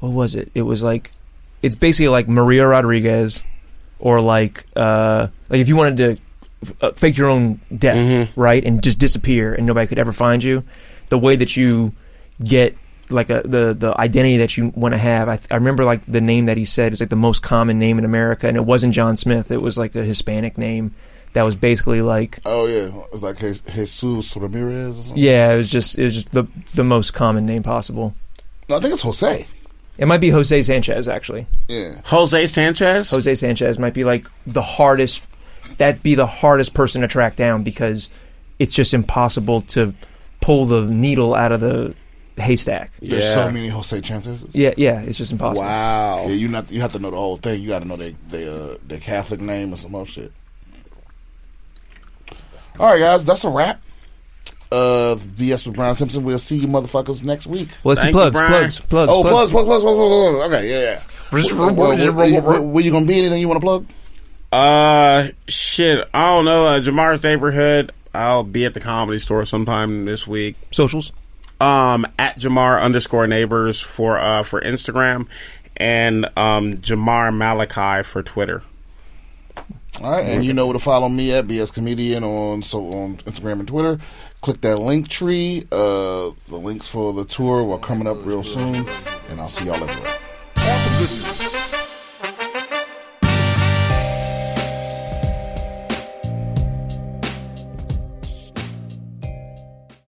Speaker 3: what was it? It was like, it's basically like Maria Rodriguez, or like uh, like if you wanted to uh, fake your own death,
Speaker 2: Mhm.
Speaker 3: right, and just disappear and nobody could ever find you, the way that you get like a, the the identity that you want to have. I, I remember like the name that he said is like the most common name in America, and it wasn't John Smith. It was like a Hispanic name that was basically like
Speaker 1: oh yeah, it was like Jesus- Jesus Ramirez. Or something.
Speaker 3: yeah, it was just it was just the the most common name possible.
Speaker 1: No, I think it's Jose.
Speaker 3: It might be Jose Sanchez actually.
Speaker 1: Yeah,
Speaker 2: Jose Sanchez.
Speaker 3: Jose Sanchez might be like the hardest. That'd be the hardest person to track down because it's just impossible to pull the needle out of the haystack.
Speaker 1: there's
Speaker 2: Yeah.
Speaker 1: so many Jose chances.
Speaker 3: Yeah, yeah, it's just impossible.
Speaker 2: Wow.
Speaker 1: Yeah, you not you have to know the whole thing. You got to know their their uh, their Catholic name or some other shit. All right, guys, that's a wrap. Uh, BS with Brian Simpson. We'll see you motherfuckers next week.
Speaker 3: Well, it's the
Speaker 2: Thank you,
Speaker 3: plugs,
Speaker 2: Brian.
Speaker 3: plugs, plugs,
Speaker 1: oh, plugs, plugs, plugs, plugs, plugs, plugs. Okay, yeah, yeah. Well, where, where- where you gonna be? Anything you want to plug?
Speaker 2: Uh, shit. I don't know. Uh, Jamar's neighborhood. I'll be at the comedy store sometime this week.
Speaker 3: Socials.
Speaker 2: Um, at Jamar underscore neighbors for uh for Instagram, and um Jamar Malachi for Twitter.
Speaker 1: All right, and you know where to follow me at BS Comedian on so on Instagram and Twitter. Click that link tree. Uh, the links for the tour are coming up real soon, and I'll see y'all everywhere.